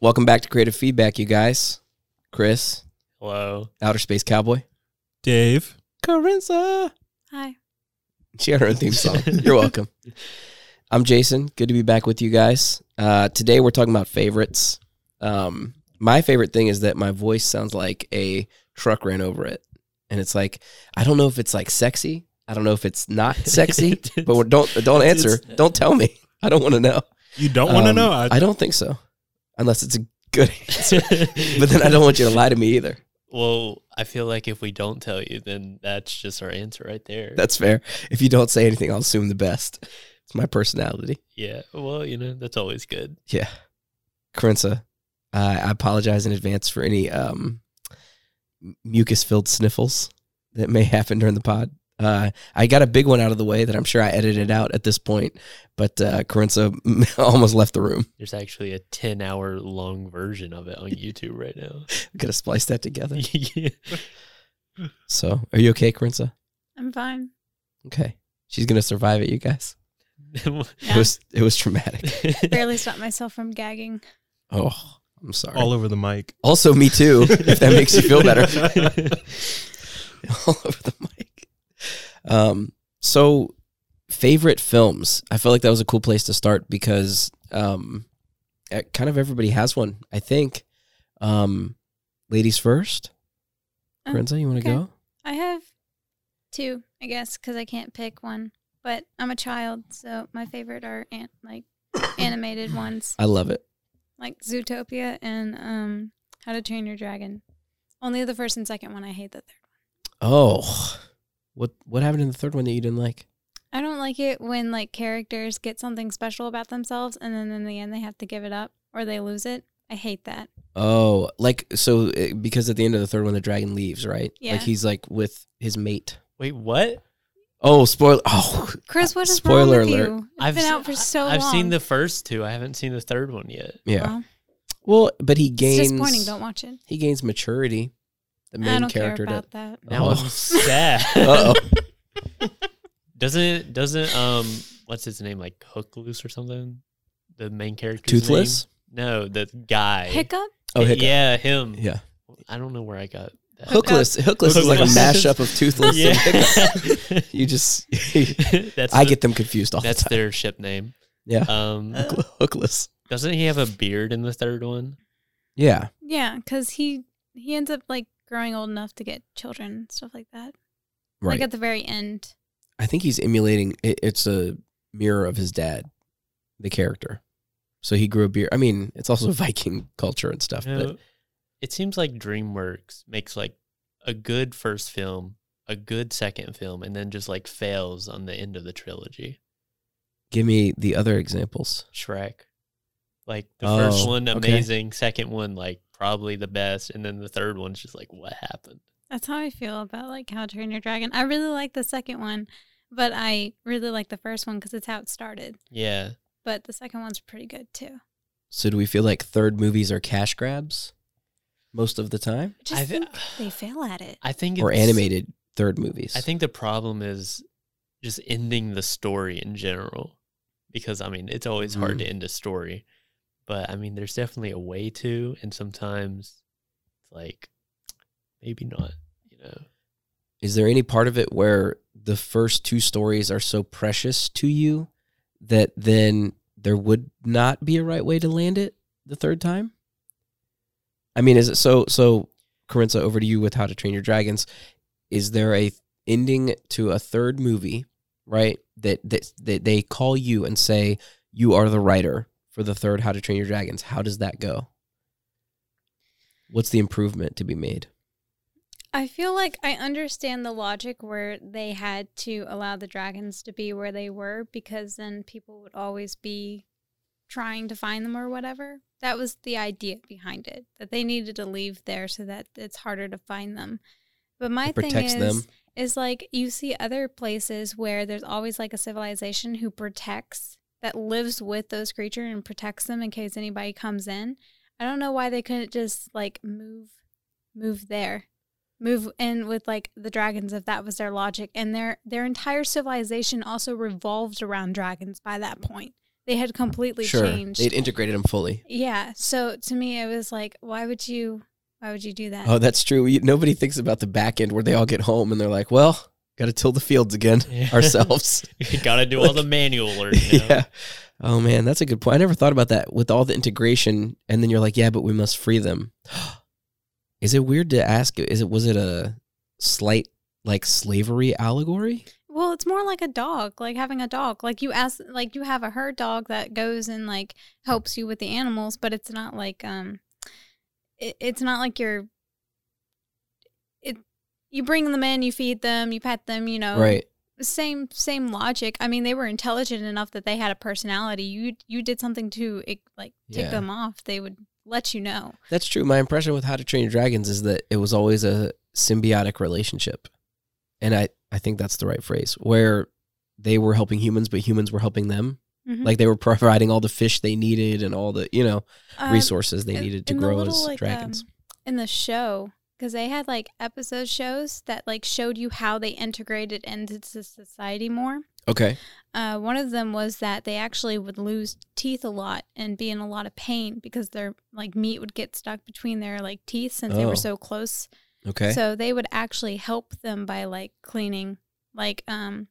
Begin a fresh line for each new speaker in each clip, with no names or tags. Welcome back to Creative Feedback, you guys. Chris,
Hello.
Outer Space Cowboy.
Dave.
Carinza.
Hi.
She had her own theme song. You're welcome. I'm Jason. Good to be back with you guys. Uh, today we're talking about favorites. Um, my favorite thing is that my voice sounds like a truck ran over it, and it's like I don't know if it's like sexy. I don't know if it's not sexy. but we're- don't don't answer.
It's-
Don't tell me. I don't want to know.
You don't want to
Um,
know. I,
I don't think so, unless it's a good. But then I don't want you to lie to me either.
Well, I feel like if we don't tell you, then that's just our answer right there.
That's fair. If you don't say anything, I'll assume the best. It's my personality.
yeah. Well, you know, that's always good.
Yeah. Carinza, I I apologize in advance for any um, mucus filled sniffles that may happen during the pod. Uh, I got a big one out of the way that I'm sure I edited out at this point, but uh, Carinza almost left the room.
There's actually a 10 hour long version of it on YouTube right now.
I'm going to splice that together.
Yeah.
So, are you okay, Carinza?
I'm fine.
Okay. She's going to survive it, you guys. It
Yeah.
was it was traumatic.
Barely stopped myself from gagging.
Oh, I'm sorry.
all over the mic.
also, me too, if that makes you feel better. all over the mic. Um, so favorite films. I felt like that was a cool place to start because um, eh, kind of everybody has one. I think. Um, ladies first.
Oh,
Renzo, you want to
okay.
go?
I have two, I guess, because I can't pick one. But I'm a child, so my favorite are an- like animated ones,
I love it.
like Zootopia and um, How to Train Your Dragon. Only the first and second one. I hate the third.
Oh, what what happened in the third one that you didn't like?
I don't like it when like characters get something special about themselves, and then in the end they have to give it up or they lose it. I hate that.
Oh, like so eh, because at the end of the third one, the dragon leaves, right?
Yeah.
Like he's like with his mate.
Wait, what?
Oh, spoiler! Oh,
Chris, what is
Spoiler
wrong with
alert.
you? It's been
se-
out for so
I've
long.
seen the first two. I haven't seen the third one yet.
yeah.
Well,
Well, but he
Uh, it's
gains.
disappointing. Don't watch it.
he gains maturity. The main
I don't
character
care about
does.
that.
Now
Oh.
I'm sad.
Uh-oh.
doesn't doesn't um what's his name like Hook Loose or something? The main character.
Toothless?
No, the guy.
Hiccup?
Oh, Hiccup.
Yeah, him.
Yeah.
I don't know where I got that.
Hookless. Hookless is like a
Hookless.
mashup of Toothless and Hiccup.
yeah.
You just,
that's
I
the-
get them confused all the
that's
time.
their ship name.
Yeah.
Um,
Hookl- Hookless.
doesn't he have a beard in the third one?
Yeah.
Yeah, because he he ends up like growing old enough to get children and stuff like that.
Right.
Like at the very end.
I think he's emulating, it, it's a mirror of his dad, the character. So he grew a beard. I mean, it's also Viking culture and stuff, but
No. It seems like DreamWorks makes like a good first film, a good second film, and then just like fails on the end of the trilogy.
give me the other examples.
Shrek. Like the
Oh,
first one,
okay.
amazing. Second one, like probably the best, and then the third one's just like, what happened?
That's how I feel about like How to Train Your Dragon. I really like the second one, but I really like the first one because it's how it started.
Yeah,
But the second one's pretty good too.
So do we feel like third movies are cash grabs most of the time
I just
I thi-
think they fail at it.
I think
or
it's-
animated third movies?
I think the problem is just ending the story in general, because I mean it's always
Mm.
hard to end a story, but I mean there's definitely a way to, and sometimes it's like maybe not, you know.
is there any part of it where the first two stories are so precious to you that then there would not be a right way to land it the third time? I mean, is it so? So, Carinza, over to you with How to Train Your Dragons. Is there a ending to a third movie, right? That that that they call you and say you are the writer for the third How to Train Your Dragons. How does that go? What's the improvement to be made?
I feel like I understand the logic where they had to allow the dragons to be where they were because then people would always be trying to find them or whatever. That was the idea behind it that they needed to leave there so that it's harder to find them. But my
It protects
thing is,
them.
is like you see other places where there's always like a civilization who protects that lives with those creatures and protects them in case anybody comes in. I don't know why they couldn't just like move move there. Move in with like the dragons if that was their logic. And their their entire civilization also revolved around dragons by that point. They had completely
sure,
changed.
they'd integrated them fully.
yeah. So to me, it was like, why would you? Why would you do that?
Oh, that's true. You- Nobody thinks about the back end where they all get home and they're like, "Well, got to till the fields again
Yeah.
ourselves."
you gotta do all the manual work. You know?
yeah. Oh man, that's a good point. I never thought about that with all the integration, and then you're like, "Yeah, but we must free them." Is it weird to ask? Is it was it a slight like slavery allegory?
Well, it's more like a dog, like having a dog. Like you ask, like you have a herd dog that goes and like helps you with the animals, but it's not like um, it, it's not like you're. It, you bring them in, you feed them, you pet them. You know,
Right.
Same same logic. I mean, they were intelligent enough that they had a personality. You you did something to eh, like tick
Yeah.
them off. They would let you know.
That's true. My impression with How to Train Your Dragons is that it was always a symbiotic relationship. And I, I think that's the right phrase where they were helping humans, but humans were helping them.
Mhm.
Like they were providing all the fish they needed and all the, you know,
Um,
resources they
in-
needed to
in the
grow
little,
as
like,
dragons.
um, in the show because they had like episode shows that like showed you how they integrated into s- society more.
okay.
Uh, one of them was that they actually would lose teeth a lot and be in a lot of pain because their like meat would get stuck between their like teeth since they
Oh.
were so close.
Okay.
So they would actually help them by like cleaning, like um,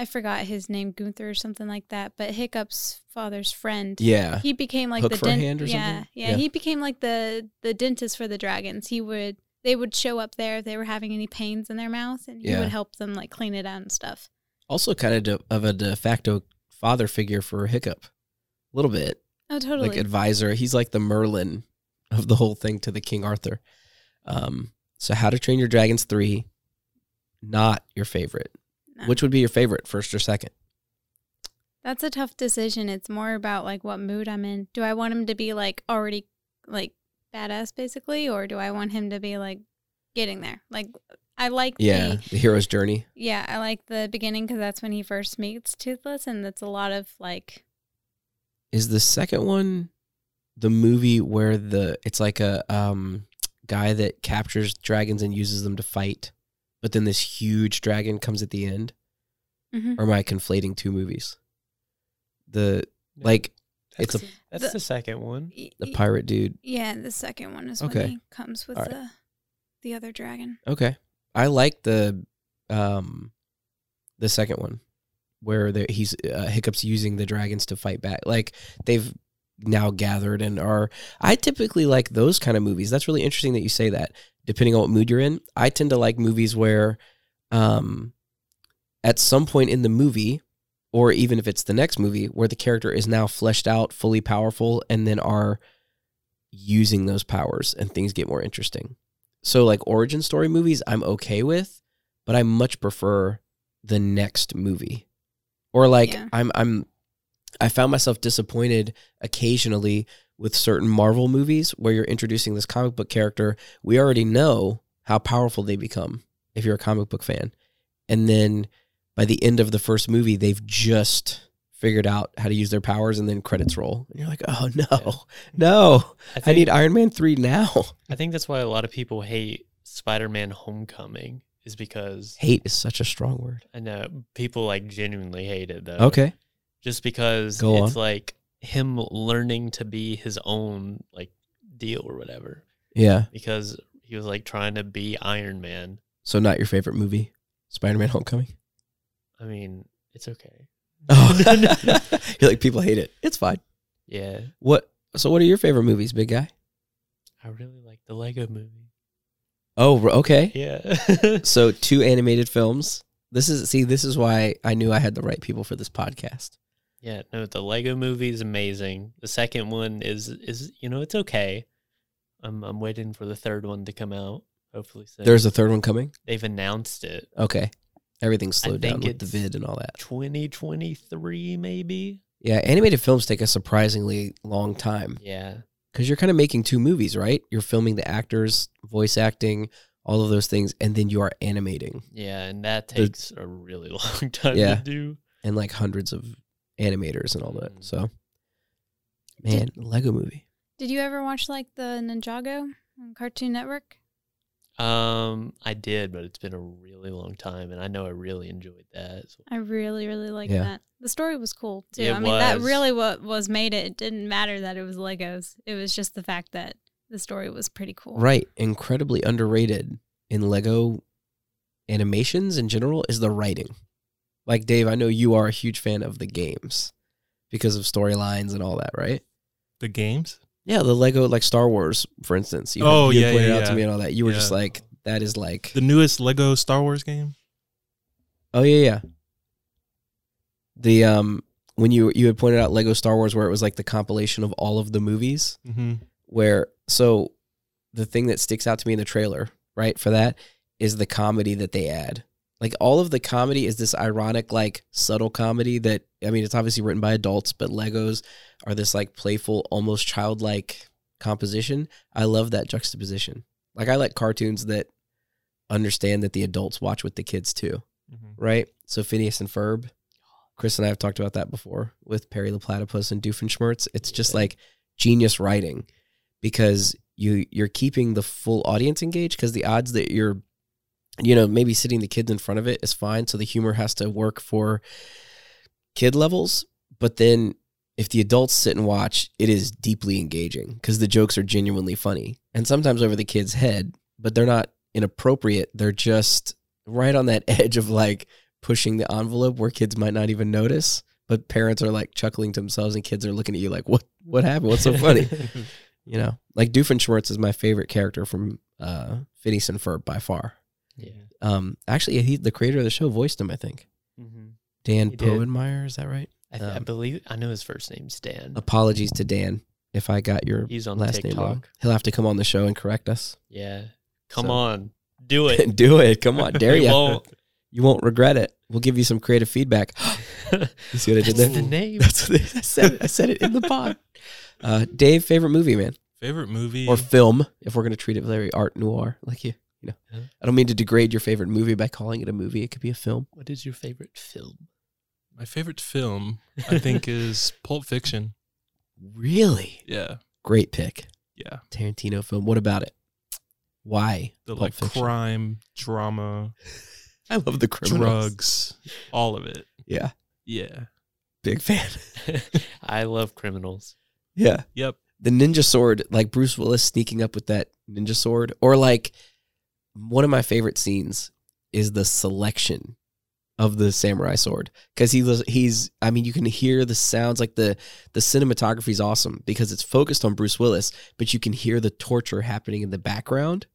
I forgot his name, Gunther or something like that. But Hiccup's father's friend,
yeah.
he became like
Hook
the
for a hand or
yeah,
something?
yeah
Yeah.
he became like the the dentist for the dragons he would they would show up there if they were having any pains in their mouth and he
Yeah.
would help them like clean it out and stuff
Also kind of de- of a de facto father figure for Hiccup. A little bit.
oh totally
like advisor. He's like the Merlin of the whole thing to the King Arthur. Um, so How to Train Your Dragons three, not your favorite.
No.
Which would be your favorite, first or second?
that's a tough decision it's more about like what mood i'm in do i want him to be like already like badass basically or do i want him to be like getting there like i like
Yeah,
the
the hero's journey.
Yeah, I like the beginning because that's when he first meets Toothless, and that's a lot of like,
Is the second one the movie where the it's like a um guy that captures dragons and uses them to fight, but then this huge dragon comes at the end?
Mhm.
Or am I conflating two movies? The like
That's,
It's
a, that's
the-
the, second one.
y-
the
y-
pirate dude
Yeah, the second one is
Okay.
when he comes with
All right.
the the other dragon.
Okay. I like the um the second one where the, he's uh, hiccups using the dragons to fight back. Like they've now gathered and are I typically like those kind of movies. That's really interesting that you say that. Depending on what mood you're in, I tend to like movies where um at some point in the movie or even if it's the next movie where the character is now fleshed out, fully powerful and then are using those powers and things get more interesting so like origin story movies I'm okay with, but I much prefer the next movie. Or like
Yeah.
I'm I'm I found myself disappointed occasionally with certain Marvel movies where you're introducing this comic book character. We already know how powerful they become if you're a comic book fan. And then by the end of the first movie, they've just figured out how to use their powers and then credits roll. And you're like, oh no, no.
I, think,
I need Iron Man 3 now.
I think that's why a lot of people hate Spider-Man: Homecoming is because
Hate is such a strong word.
I know people like genuinely hate it though.
Okay.
just because
Go
it's
on.
like him learning to be his own like deal or whatever.
Yeah.
Because he was like trying to be Iron Man.
So not your favorite movie, Spider-Man: Homecoming.
I mean, it's okay.
Oh. you're like people hate it. It's fine.
yeah,
What? So what are your favorite movies, big guy?
I really like the Lego Movie.
Oh, r- okay.
Yeah,
So two animated films. This is see. This is why I knew I had the right people for this podcast.
yeah. No, the Lego Movie is amazing. The second one is is you know it's okay. I'm I'm waiting for the third one to come out. Hopefully soon.
There's a third one coming.
they've announced it.
Okay. Everything's
I
slowed down
think
with the
it's-
vid and all that.
2023 maybe.
Yeah, animated films take a surprisingly long time
Yeah.
because you're kind of making two movies, right? You're filming the actors, voice acting, all of those things, and then you are animating
Yeah, and that
The-
takes a really long time
Yeah.
to do.
and like hundreds of animators and all that.
Mm.
So, man, Lego Movie.
Did you ever watch like the Ninjago on Cartoon Network?
Um, I did, but it's been a really long time, and I know I really enjoyed that. So
I really, really like
Yeah.
that. The story was cool too.
It
I mean, that
was.
really what was made it. It didn't matter that it was Legos. It was just the fact that the story was pretty cool.
Right. Incredibly underrated in Lego animations in general is the writing. Like, Dave, I know you are a huge fan of the games because of storylines and all that, right?
The games?
Yeah, the Lego, like Star Wars, for instance. You,
Oh,
you
yeah,
pointed
yeah,
out to
yeah.
me and all that. You were just
Yeah.
like, that is like,
The newest Lego Star Wars game?
oh, yeah, yeah. The, um, when you you had pointed out Lego Star Wars, where it was like the compilation of all of the movies,
Mm-hmm.
where so the thing that sticks out to me in the trailer, right, for that is the comedy that they add. Like all of the comedy is this ironic, like subtle comedy that I mean, it's obviously written by adults, but Legos are this like playful, almost childlike composition. I love that juxtaposition. Like I like cartoons that understand that the adults watch with the kids too,
Mm-hmm.
right? So Phineas and Ferb, Chris and I have talked about that before with Perry the Platypus and Doofenshmirtz. It's just
Yeah.
like genius writing because you you're keeping the full audience engaged because the odds that you're you know maybe sitting the kids in front of it is fine so the humor has to work for kid levels but then if the adults sit and watch it is deeply engaging because the jokes are genuinely funny and sometimes over the kids head but they're not inappropriate they're just right on that edge of like pushing the envelope where kids might not even notice but parents are like chuckling to themselves and kids are looking at you like what what happened what's so funny you know, like Doofenshmirtz is my favorite character from uh, Phineas and Ferb by far.
yeah.
Um, actually, he, the creator of the show voiced him, I think.
Mm-hmm.
Dan
He did.
Povenmire, is that right?
I, th- I
Um,
believe I know his first name's Dan.
Apologies to Dan if I got your
He's on
last name wrong.
TikTok.
He'll have to come on the show and correct us.
Yeah. Come
So-
on, do it.
Do it. Come on. Dare
We
you.
won't.
You won't regret it. We'll give you some creative feedback. You see what I did
That's
there?
the name.
That's what I said. I said it in the pod. Uh, Dave, favorite movie, man?
Favorite movie?
or film if we're going to treat it very art noir like you you know
Yeah.
i don't mean to degrade your favorite movie by calling it a movie it could be a film
What is your favorite film?
My favorite film, I think, is Pulp Fiction.
really
Yeah.
great pick
Yeah.
tarantino film what about it why
The
Pulp
like
Fiction?
crime, drama,
i love the criminals
drugs, all of it.
yeah
Yeah.
big fan
I love criminals.
yeah
Yep.
the ninja sword like bruce willis sneaking up with that ninja sword or like one of my favorite scenes is the selection of the samurai sword because he was he's i mean you can hear the sounds like the the cinematography is awesome because it's focused on bruce willis but you can hear the torture happening in the background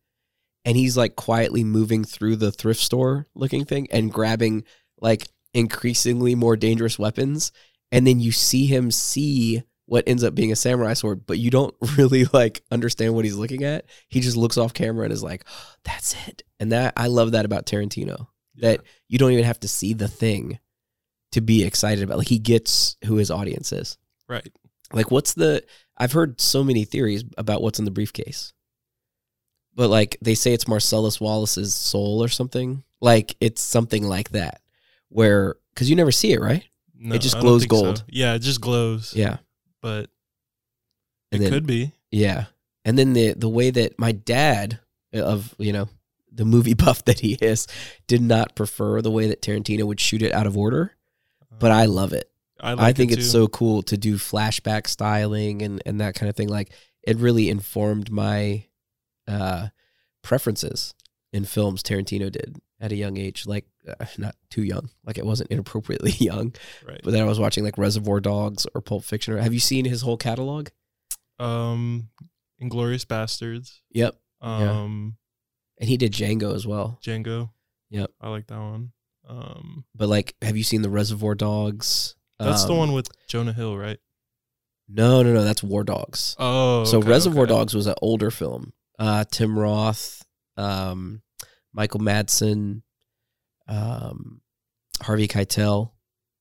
and he's like quietly moving through the thrift store looking thing and grabbing like increasingly more dangerous weapons and then you see him see what ends up being a samurai sword but you don't really like understand what he's looking at he just looks off camera and is like that's it and that i love that about tarantino that you don't even have to see the thing to be excited about like he gets who his audience is
Right.
like what's the i've heard so many theories about what's in the briefcase but like they say it's marcellus wallace's soul or something like it's something like that where because you never see it right
No,
It just
I don't
glows
think so.
gold.
Yeah, it just glows.
yeah
But
and
it
then
could be.
yeah and then the the way that my dad uh, of you know the movie buff that he is did not prefer the way that tarantino would shoot it out of order but i love it I
Um, like
think
it
it's
too.
so cool to do flashback styling and and that kind of thing. Like it really informed my uh, preferences in films. Tarantino did at a young age, like uh, not too young, like it wasn't inappropriately young.
right.
But then I was watching like Reservoir Dogs or Pulp Fiction. Or have you seen his whole catalog?
um Inglorious Bastards.
Yep, Yeah.
Um
and he did Django as well.
Django.
Yep.
I like that one. Um
But like, have you seen the Reservoir Dogs?
that's the
Um,
one with Jonah Hill, right?
No, no, no. That's War Dogs.
Oh.
so
okay,
Reservoir
okay.
Dogs was an older film. Uh, Tim Roth, um, Michael Madsen, um, Harvey Keitel,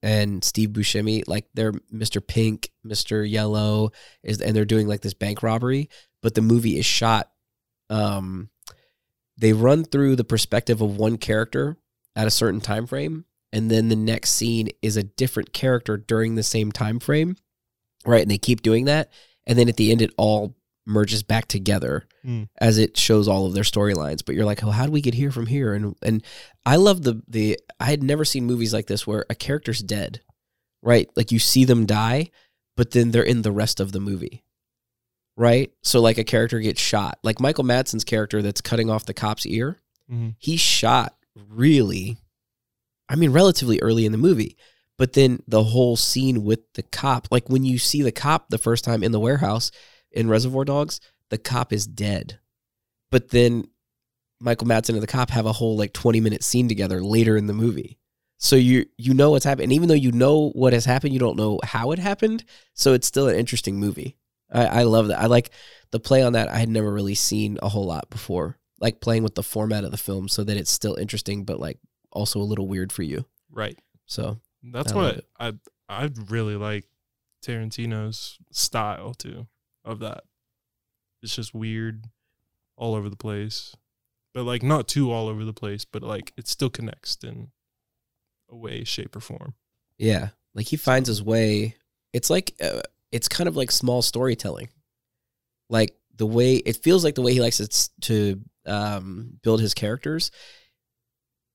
and Steve Buscemi. Like they're Mr. Pink, Mr. Yellow, is and they're doing like this bank robbery. But the movie is shot. Um, they run through the perspective of one character at a certain time frame, and then the next scene is a different character during the same time frame, right? And they keep doing that and then at the end it all merges back together
Mm.
as it shows all of their storylines. But you're like, oh, how do we get here from here? And and I love the the I had never seen movies like this where a character's dead, right? Like you see them die, but then they're in the rest of the movie. Right? So like a character gets shot. Like Michael Madsen's character that's cutting off the cop's ear,
Mhm.
he shot really I mean relatively early in the movie. But then the whole scene with the cop, like when you see the cop the first time in the warehouse in Reservoir Dogs, the cop is dead. But then Michael Madsen and the cop have a whole like 20 minute scene together later in the movie. So you you know what's happened. And even though you know what has happened, you don't know how it happened. So it's still an interesting movie. I, I love that. I like the play on that I had never really seen a whole lot before. Like playing with the format of the film so that it's still interesting but like also a little weird for you.
Right.
So
That's
I love
what I I really like Tarantino's style too of that. It's just weird, all over the place, but like not too all over the place, but like it still connects in a way, shape, or form.
Yeah, like he finds his way. It's like uh, it's kind of like small storytelling. Like the way it feels like the way he likes it to um, build his characters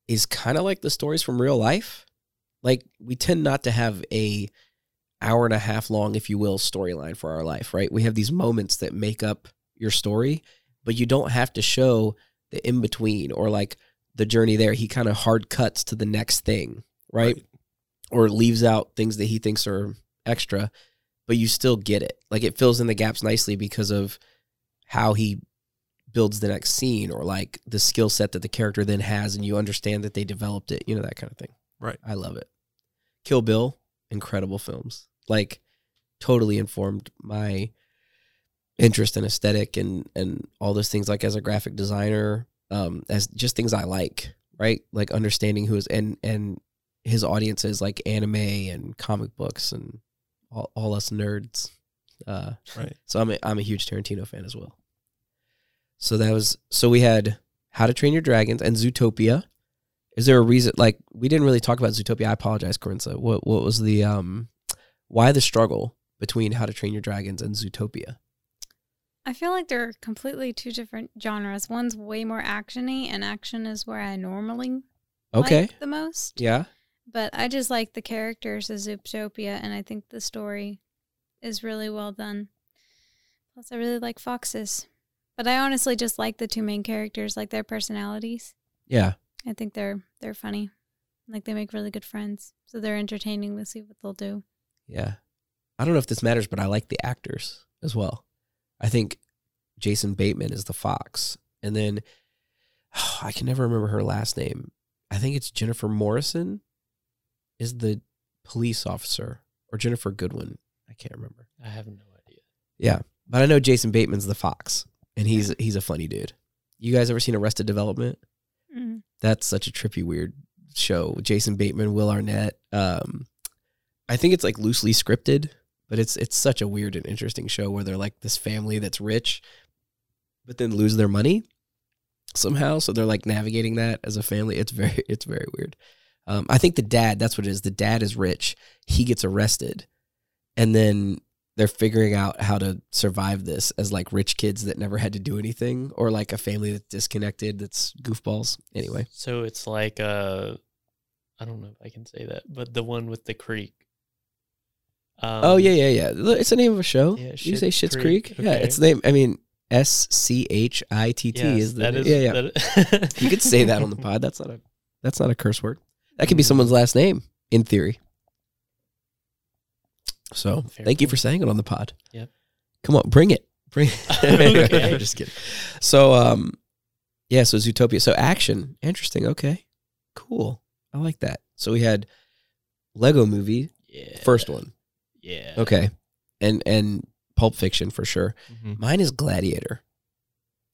is kind of like the stories from real life. Like we tend not to have a hour and a half long, if you will, storyline for our life, right? We have these moments that make up your story, but you don't have to show the in between or like the journey there. He kind of hard cuts to the next thing, right? or leaves out things that he thinks are extra, but you still get it. Like it fills in the gaps nicely because of how he builds the next scene or like the skill set that the character then has and you understand that they developed it, you know, that kind of thing.
Right.
I love it. Kill Bill, incredible films. Like totally informed my interest in aesthetic and and all those things like as a graphic designer, um, as just things I like, right? Like understanding who is and and his audiences like anime and comic books and all, all us nerds. Uh,
Right.
So I'm a, I'm a huge Tarantino fan as well. So that was so we had How to Train Your Dragons and Zootopia. Is there a reason like we didn't really talk about Zootopia? I apologize, Corinza. What what was the um why the struggle between How to Train Your Dragons and Zootopia?
I feel like they're completely two different genres. One's way more actiony, and action is where I normally
Okay.
like the most.
yeah.
But I just like the characters of Zootopia, and I think the story is really well done. Plus, I really like foxes. But I honestly just like the two main characters, like their personalities.
Yeah.
I think they're they're funny, like they make really good friends. So they're entertaining. We'll see what they'll do.
Yeah. I don't know if this matters, but I like the actors as well. I think Jason Bateman is the fox. And then I can never remember her last name. I think it's Jennifer Morrison is the police officer or Jennifer Goodwin. I can't remember.
I have no idea.
But I know Jason Bateman's the fox and he's he's a funny dude. You guys ever seen Arrested Development?
Mm.
That's such a trippy, weird show. Jason Bateman, Will Arnett. Um, I think it's like loosely scripted, but it's it's such a weird and interesting show where they're like this family that's rich, but then lose their money somehow. So they're like navigating that as a family. It's very it's very weird. Um, I think the dad. That's what it is. The dad is rich. He gets arrested, and then they're figuring out how to survive this as like rich kids that never had to do anything or like a family that's disconnected that's goofballs anyway
So it's like uh I don't know if I can say that, but the one with the creek. Um,
oh yeah yeah yeah Look, it's the name of a show
Yeah,
you
Shit
say shits creek,
Creek.
yeah
Okay.
it's the name i mean s-c-h-i-t-t
Yes,
E is the
that
name.
is-
yeah yeah
that-
you could say that on the pod that's not a that's not a curse word that could be
Hmm.
someone's last name in theory so
Fair
thank you
point.
for saying it on the pod
Yep.
come on bring it bring it
Okay.
just kidding So um yeah, so Zootopia. So action. Interesting. Okay. Cool. I like that. So we had Lego movie,
Yeah.
first one.
Yeah.
Okay. And and Pulp Fiction for sure.
Mm-hmm.
Mine is Gladiator.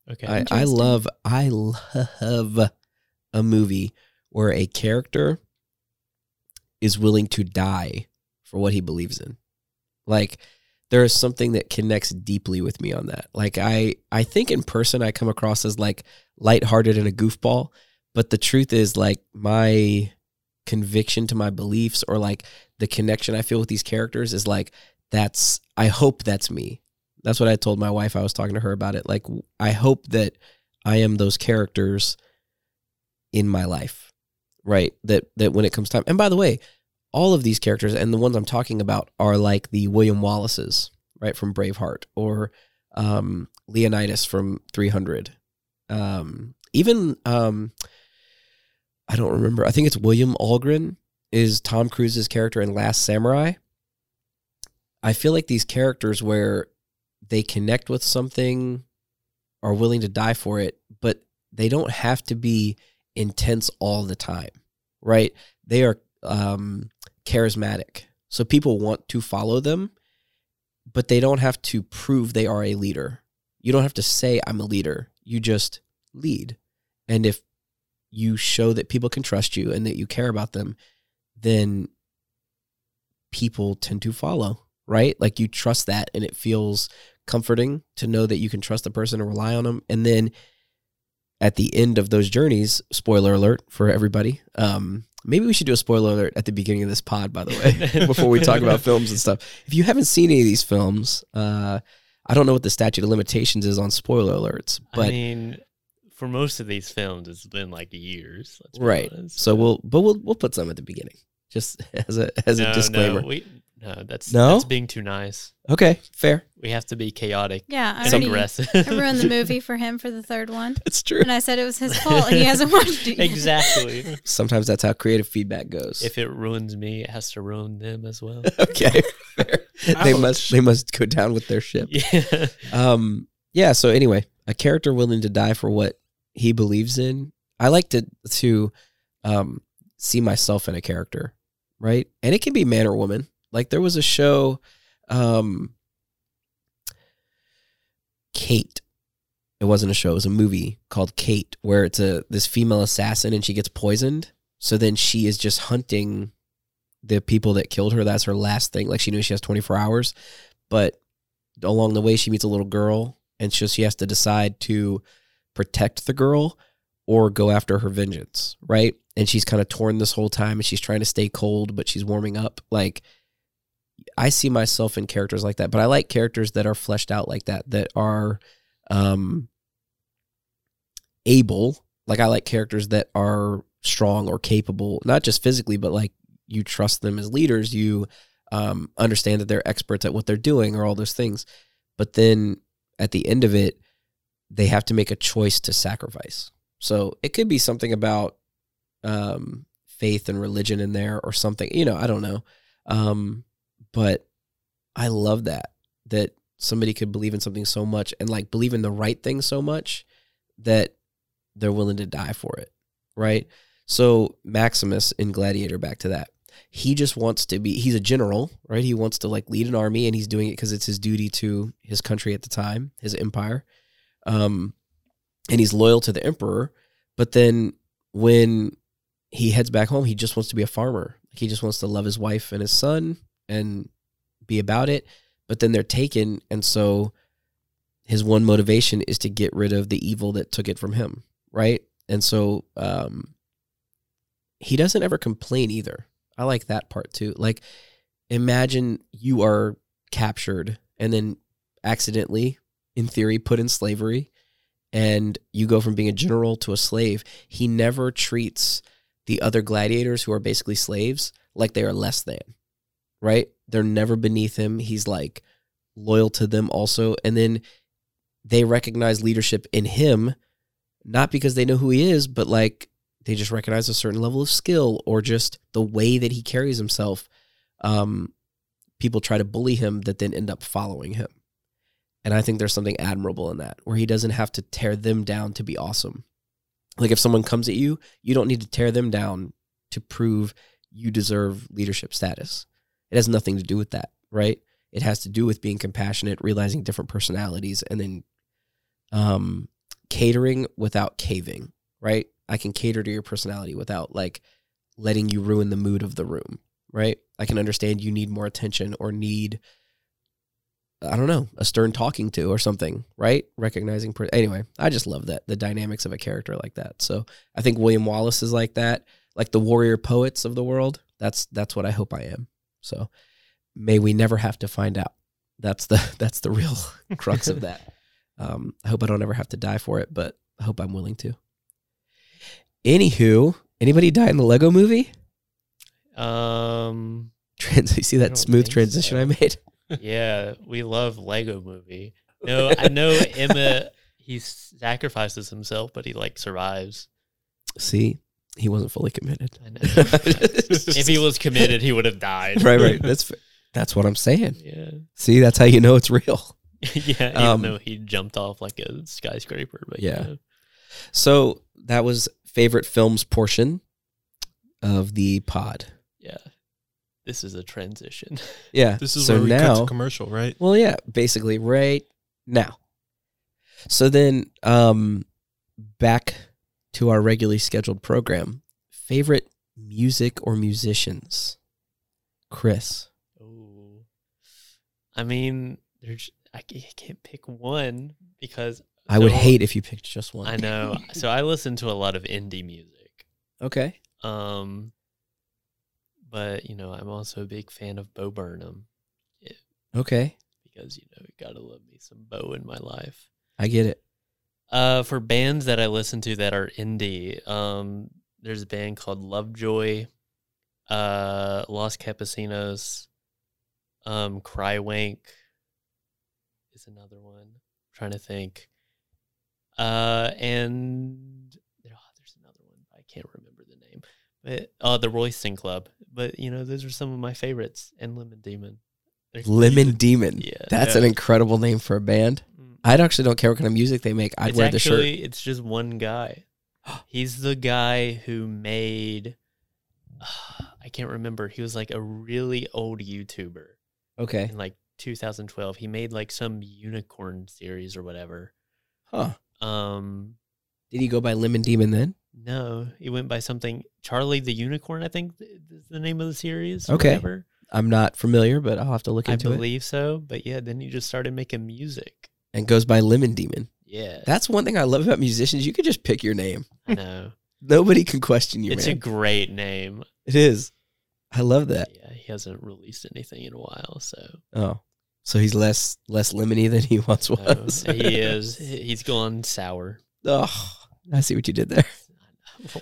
Okay.
I, I
Interesting.
love I love a movie where a character is willing to die for what he believes in. Like there is something that connects deeply with me on that. Like I I think in person I come across as like lighthearted and a goofball, but the truth is like my conviction to my beliefs or like the connection I feel with these characters is like that's I hope that's me. That's what I told my wife. I was talking to her about it. Like, w- I hope that I am those characters in my life, right? That that when it comes time. And by the way, all of these characters and the ones I'm talking about are like the William Wallaces, right, from Braveheart, or um, Leonidas from 300. Um, even um, I don't remember. I think it's William Algren is Tom Cruise's character in Last Samurai. I feel like these characters where they connect with something, are willing to die for it, but they don't have to be intense all the time, right? They are um, charismatic. So people want to follow them, but they don't have to prove they are a leader. You don't have to say, I'm a leader. You just lead. And if you show that people can trust you and that you care about them, then people tend to follow, right? Like you trust that and it feels comforting to know that you can trust the person and rely on them. And then at the end of those journeys, spoiler alert for everybody. Um, maybe we should do a spoiler alert at the beginning of this pod, by the way, before we talk about films and stuff. If you haven't seen any of these films, uh, I don't know what the statute of limitations is on spoiler alerts, but
I mean, for most of these films, it's been like years. Let's be
right.
honest.
So we'll, but we'll we'll put some at the beginning, just as a as
No,
a disclaimer.
No, we, no, that's
No?
that's being too nice.
okay, fair.
We have to be chaotic
Yeah, I
and
already
aggressive.
I ruined the movie for him for the third one,
That's true.
and I said it was his fault. He hasn't watched it. yet.
exactly.
Sometimes that's how creative feedback goes.
If it ruins me, it has to ruin them as well.
okay, fair. They must they must go down with their ship.
yeah.
Um, yeah. So anyway, a character willing to die for what he believes in. I like to to um, see myself in a character, right? And it can be man or woman. Like there was a show, um, Kate. It wasn't a show. It was a movie called Kate, where it's a this female assassin and she gets poisoned. So then she is just hunting the people that killed her. That's her last thing. Like she knows she has twenty four hours, but along the way she meets a little girl and so she has to decide to protect the girl or go after her vengeance right and she's kind of torn this whole time and she's trying to stay cold but she's warming up like i see myself in characters like that but i like characters that are fleshed out like that that are um able like i like characters that are strong or capable not just physically but like you trust them as leaders you um, understand that they're experts at what they're doing or all those things. But then at the end of it, they have to make a choice to sacrifice. So it could be something about um, faith and religion in there or something. You know, I don't know. Um, but I love that, that somebody could believe in something so much and like believe in the right thing so much that they're willing to die for it. Right. So Maximus in Gladiator, back to that he just wants to be he's a general right he wants to like lead an army and he's doing it because it's his duty to his country at the time his empire um and he's loyal to the emperor but then when he heads back home he just wants to be a farmer like he just wants to love his wife and his son and be about it but then they're taken and so his one motivation is to get rid of the evil that took it from him right and so um he doesn't ever complain either I like that part too. Like, imagine you are captured and then accidentally, in theory, put in slavery, and you go from being a general to a slave. He never treats the other gladiators who are basically slaves like they are less than, right? They're never beneath him. He's like loyal to them also. And then they recognize leadership in him, not because they know who he is, but like they just recognize a certain level of skill or just the way that he carries himself. Um, people try to bully him that then end up following him. And I think there's something admirable in that where he doesn't have to tear them down to be awesome. Like if someone comes at you, you don't need to tear them down to prove you deserve leadership status. It has nothing to do with that, right? It has to do with being compassionate, realizing different personalities, and then um, catering without caving right? I can cater to your personality without like letting you ruin the mood of the room, right? I can understand you need more attention or need, I don't know, a stern talking to or something, right? Recognizing, per- anyway, I just love that the dynamics of a character like that. So I think William Wallace is like that, like the warrior poets of the world. That's that's what I hope I am. So may we never have to find out. That's the that's the real crux of that. Um, I hope I don't ever have to die for it, but I hope I'm willing to. Anywho, anybody die in the Lego Movie?
Um,
Trans- you see
don't
that smooth
think
transition
so.
I made?
yeah, we love Lego Movie. No, I know Emma. He sacrifices himself, but he like survives.
See, he wasn't fully committed.
I know. if he was committed, he would have died.
right, right. That's fa- that's what I'm saying.
Yeah,
See, that's how you know it's real.
yeah. Even
Um,
though he jumped off like a skyscraper, but
Yeah.
yeah,
So that was favorite films portion of the pod.
yeah. This is a transition.
Yeah.
This is
so
where we
now,
cut to commercial, right?
Well, yeah, basically right now. So then, um, back to our regularly scheduled program. Favorite music or musicians, Chris?
Ooh. I mean, there's I ca- I can't pick one because
I would
So-
hate if you picked just one.
I know. so I listen to a lot of indie music.
Okay.
Um, but you know, I'm also a big fan of Bo Burnham
Okay.
because you know, gotta love me some Bo in my life.
I get it.
Uh, for bands that I listen to that are indie, um, there's a band called Lovejoy, uh, Los Campesinos, um, Crywank is another one. I'm trying to think. Uh, and oh, there's another one. I can't remember the name. But uh, the Royston Club. But you know, those are some of my favorites. And Lemon Demon. They're-
Lemon Demon.
Yeah.
That's
Yeah.
an incredible name for a band.
Mm.
I actually don't care what kind of music they make. I'd
it's
wear the
actually,
shirt.
It's just one guy. He's the guy who made. I can't remember. He was like a really old YouTuber
Okay.
in like 2012. He made like some unicorn series or whatever.
Huh.
Um,
Did he go by Lemon Demon then?
no, he went by something Charlie the Unicorn. I think th- is the name of the series. Or
Okay.
whatever.
I'm not familiar, but I'll have to look
I
into it.
believe so. But yeah, then he just started making music.
And goes by Lemon Demon.
Yeah,
That's one thing I love about musicians. You could just pick your name.
I know.
Nobody can question you,
it's a
man.
great name.
it is. I love that.
Yeah, he hasn't released anything in a while, so.
Oh. So he's less less lemony than he once
No,
was.
Oh, Uh, he is. he- He's gone sour.
oh, I see what you did there.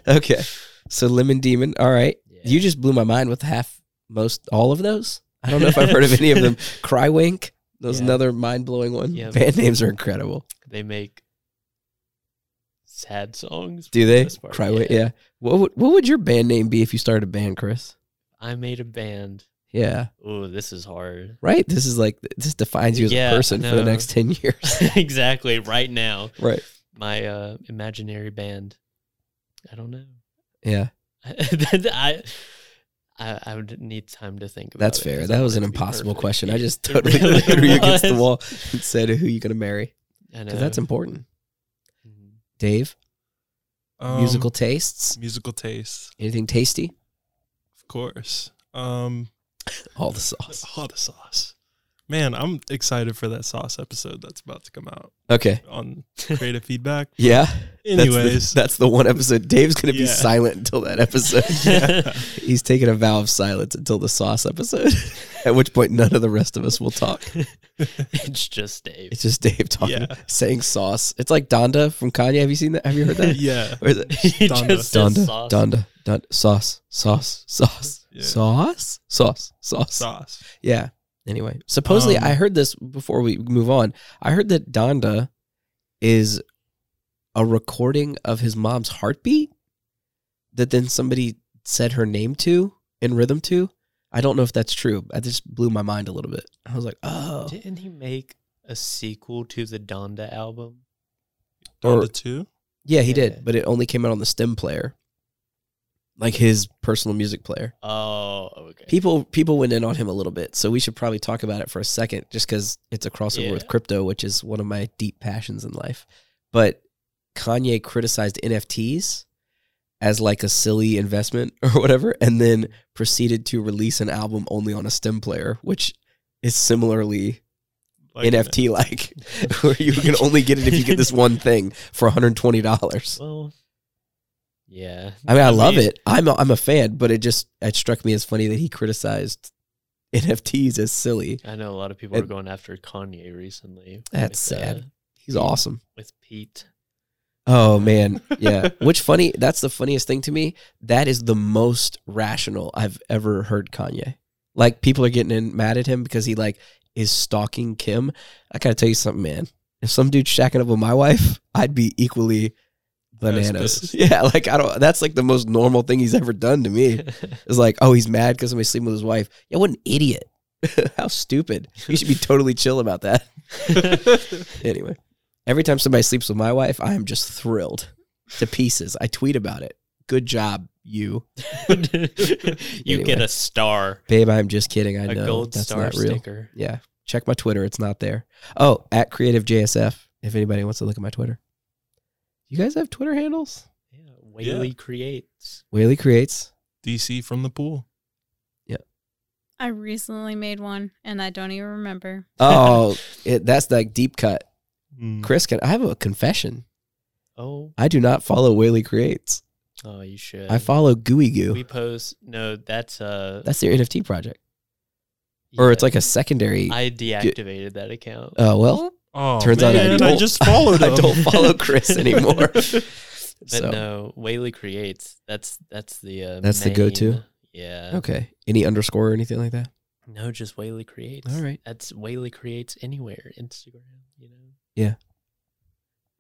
Okay. So Lemon Demon. All right.
Yeah.
You just blew my mind with half, most, all of those. I don't know if I've heard of any of them. Crywink. That was
Yeah.
another mind blowing one.
Yeah.
Band names are incredible.
They make sad songs.
Do
for the
they?
most part,
Crywink. Yeah. What would what would your band name be if you started a band, Chris?
I made a band.
Yeah.
Oh, this is hard.
Right. This is like this defines you as
Yeah,
a person for the
no.
next ten years.
exactly. Right now,
right.
my uh, imaginary band. I don't know.
Yeah.
I, I I would need time to think. about
That's
it
fair.
'cause I
That was
want
an
it to be
impossible
perfect.
question. I just
It
totally
really
threw you against the
was.
wall and said who you gonna marry.
I know.
Because that's important.
Mhm.
Dave,
Um,
musical tastes.
musical taste,
Anything tasty?
of course. Um,
All the sauce.
all the sauce. Man, I'm excited for that sauce episode that's about to come out
Okay.
on creative feedback.
Yeah. That's the-
Anyways,
that's the, one episode. Dave's gonna be
Yeah.
silent until that episode. He's taking a vow of silence until the sauce episode, at which point none of the rest of us will talk.
it's just Dave.
It's just Dave talking,
Yeah.
saying sauce. It's like Donda from Kanye. Have you seen that? Have you heard that?
yeah,
Or is it
He
Donda.
just says
Donda,
sauce.
Donda, Donda, sauce, sauce, sauce,
Yeah.
sauce, sauce, sauce,
sauce.
Yeah. Anyway, supposedly
Um,
I heard this before we move on. I heard that Donda is a recording of his mom's heartbeat that then somebody said her name to in rhythm to. I don't know if that's true. I just blew my mind a little bit. I was like, oh,
Didn't he make a sequel to the Donda album?
Or-
Donda two.
yeah, he
Yeah.
did, but it only came out on the stem player, like his personal music player.
Oh, okay.
people people went in on him a little bit so we should probably talk about it for a second just because it's a crossover
Yeah.
with crypto which is one of my deep passions in life but kanye criticized nfts as like a silly investment or whatever and then proceeded to release an album only on a stem player which is similarly
Like,
nft like where you can only get it if you get this one thing for $120
well, yeah.
I mean, I, love
mean-
it. I'm a, I'm a fan, but it just it struck me as funny that he criticized NFTs as silly.
I know a lot of people
It-
are going after Kanye recently.
That's
with,
sad.
uh,
He's awesome.
with Pete.
Oh man, yeah. Which funny? That's the funniest thing to me. That is the most rational I've ever heard Kanye. Like people are getting in mad at him because he like is stalking Kim. I gotta tell you something, man. If some dude shacking up with my wife, I'd be equally bananas.
pissed.
Yeah, like I don't. That's like the most normal thing he's ever done to me. It's like, oh, he's mad because somebody's sleeping with his wife. Yeah, what an idiot. How stupid. You should be totally chill about that. Anyway, every time somebody sleeps with my wife, I am just thrilled to pieces. I tweet about it. Good job, you.
you
Anyway.
get a star,
Babe, I'm just kidding. I
a
know.
gold
That's
star
not real.
sticker.
Yeah. Check my Twitter. It's not there. Oh, at Creative JSF, if anybody wants to look at my Twitter. You guys have Twitter handles?
Yeah, Whaley creates.
Whaley Creates.
DC from the pool.
I recently made one and I don't even remember.
Oh, it, that's like deep cut.
Mm.
Chris, can I have a confession?
Oh,
I do not follow Whaley Creates.
oh, you should.
I follow Gooey Goo.
We post. No, that's uh.
That's their NFT project, or it's
yeah.
like a secondary.
I deactivated that account.
Oh well,
Oh,
turns out I,
man,
don't,
just followed him.
I don't follow Chris anymore.
but
so
no, Whaley creates. That's that's the uh,
That's the go-to?
main- Yeah.
okay, any underscore or anything like that.
No, just Whaley creates.
All right.
That's Whaley creates anywhere. Instagram. You know.
Yeah.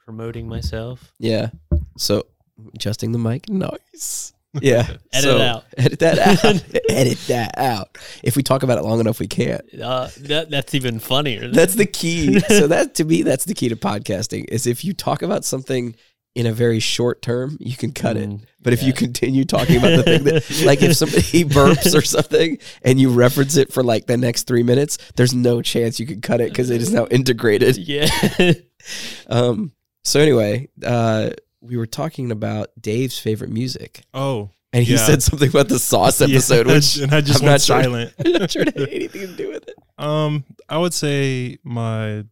Promoting myself.
Yeah. So adjusting the mic. Nice. Yeah.
Edit
so-
it out.
Edit that out. edit that out. If we talk about it long enough, we can't.
Uh, that, that's even funnier.
That's the key. so that to me, that's the key to podcasting is if you talk about something in a very short term, you can cut it.
Mm,
But if you
yeah.
continue talking about the thing that like if somebody burps or something and you reference it for like the next three minutes there's no chance you could cut it because it is now integrated
yeah.
um so anyway uh we were talking about dave's favorite music
Oh,
and he
Yeah.
said something about the sauce episode
oh, yeah,
which
and I just
I'm
went
not sure-
silent.
i'm not sure it had anything to do with it
Um, I would say my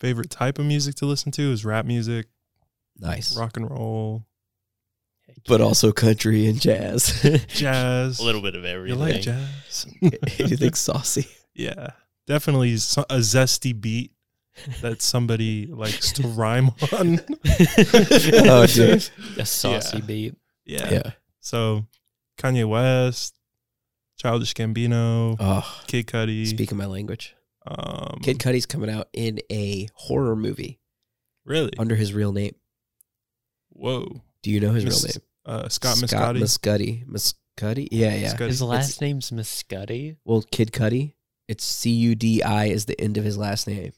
favorite type of music to listen to is rap music,
nice
rock and roll,
but also country and jazz
jazz.
a little bit of everything.
You like jazz?
anything saucy
yeah, definitely so- a zesty beat that somebody likes to rhyme on.
oh dave
A saucy
Yeah.
beat.
Yeah.
yeah
So, Kanye West, Childish Gambino,
oh
Kid Cudi.
speaking my language
um,
kid Cudi's coming out in a horror movie
Really?
under his real name
Whoa.
do you know his
Mis-
real name
Uh, Scott,
Scott
Miscati.
Muscati. Muscati? Yeah, yeah.
Scotty.
His last name's Muscuddy.
Well, Kid Cudi. It's C U D I is the end of his last name.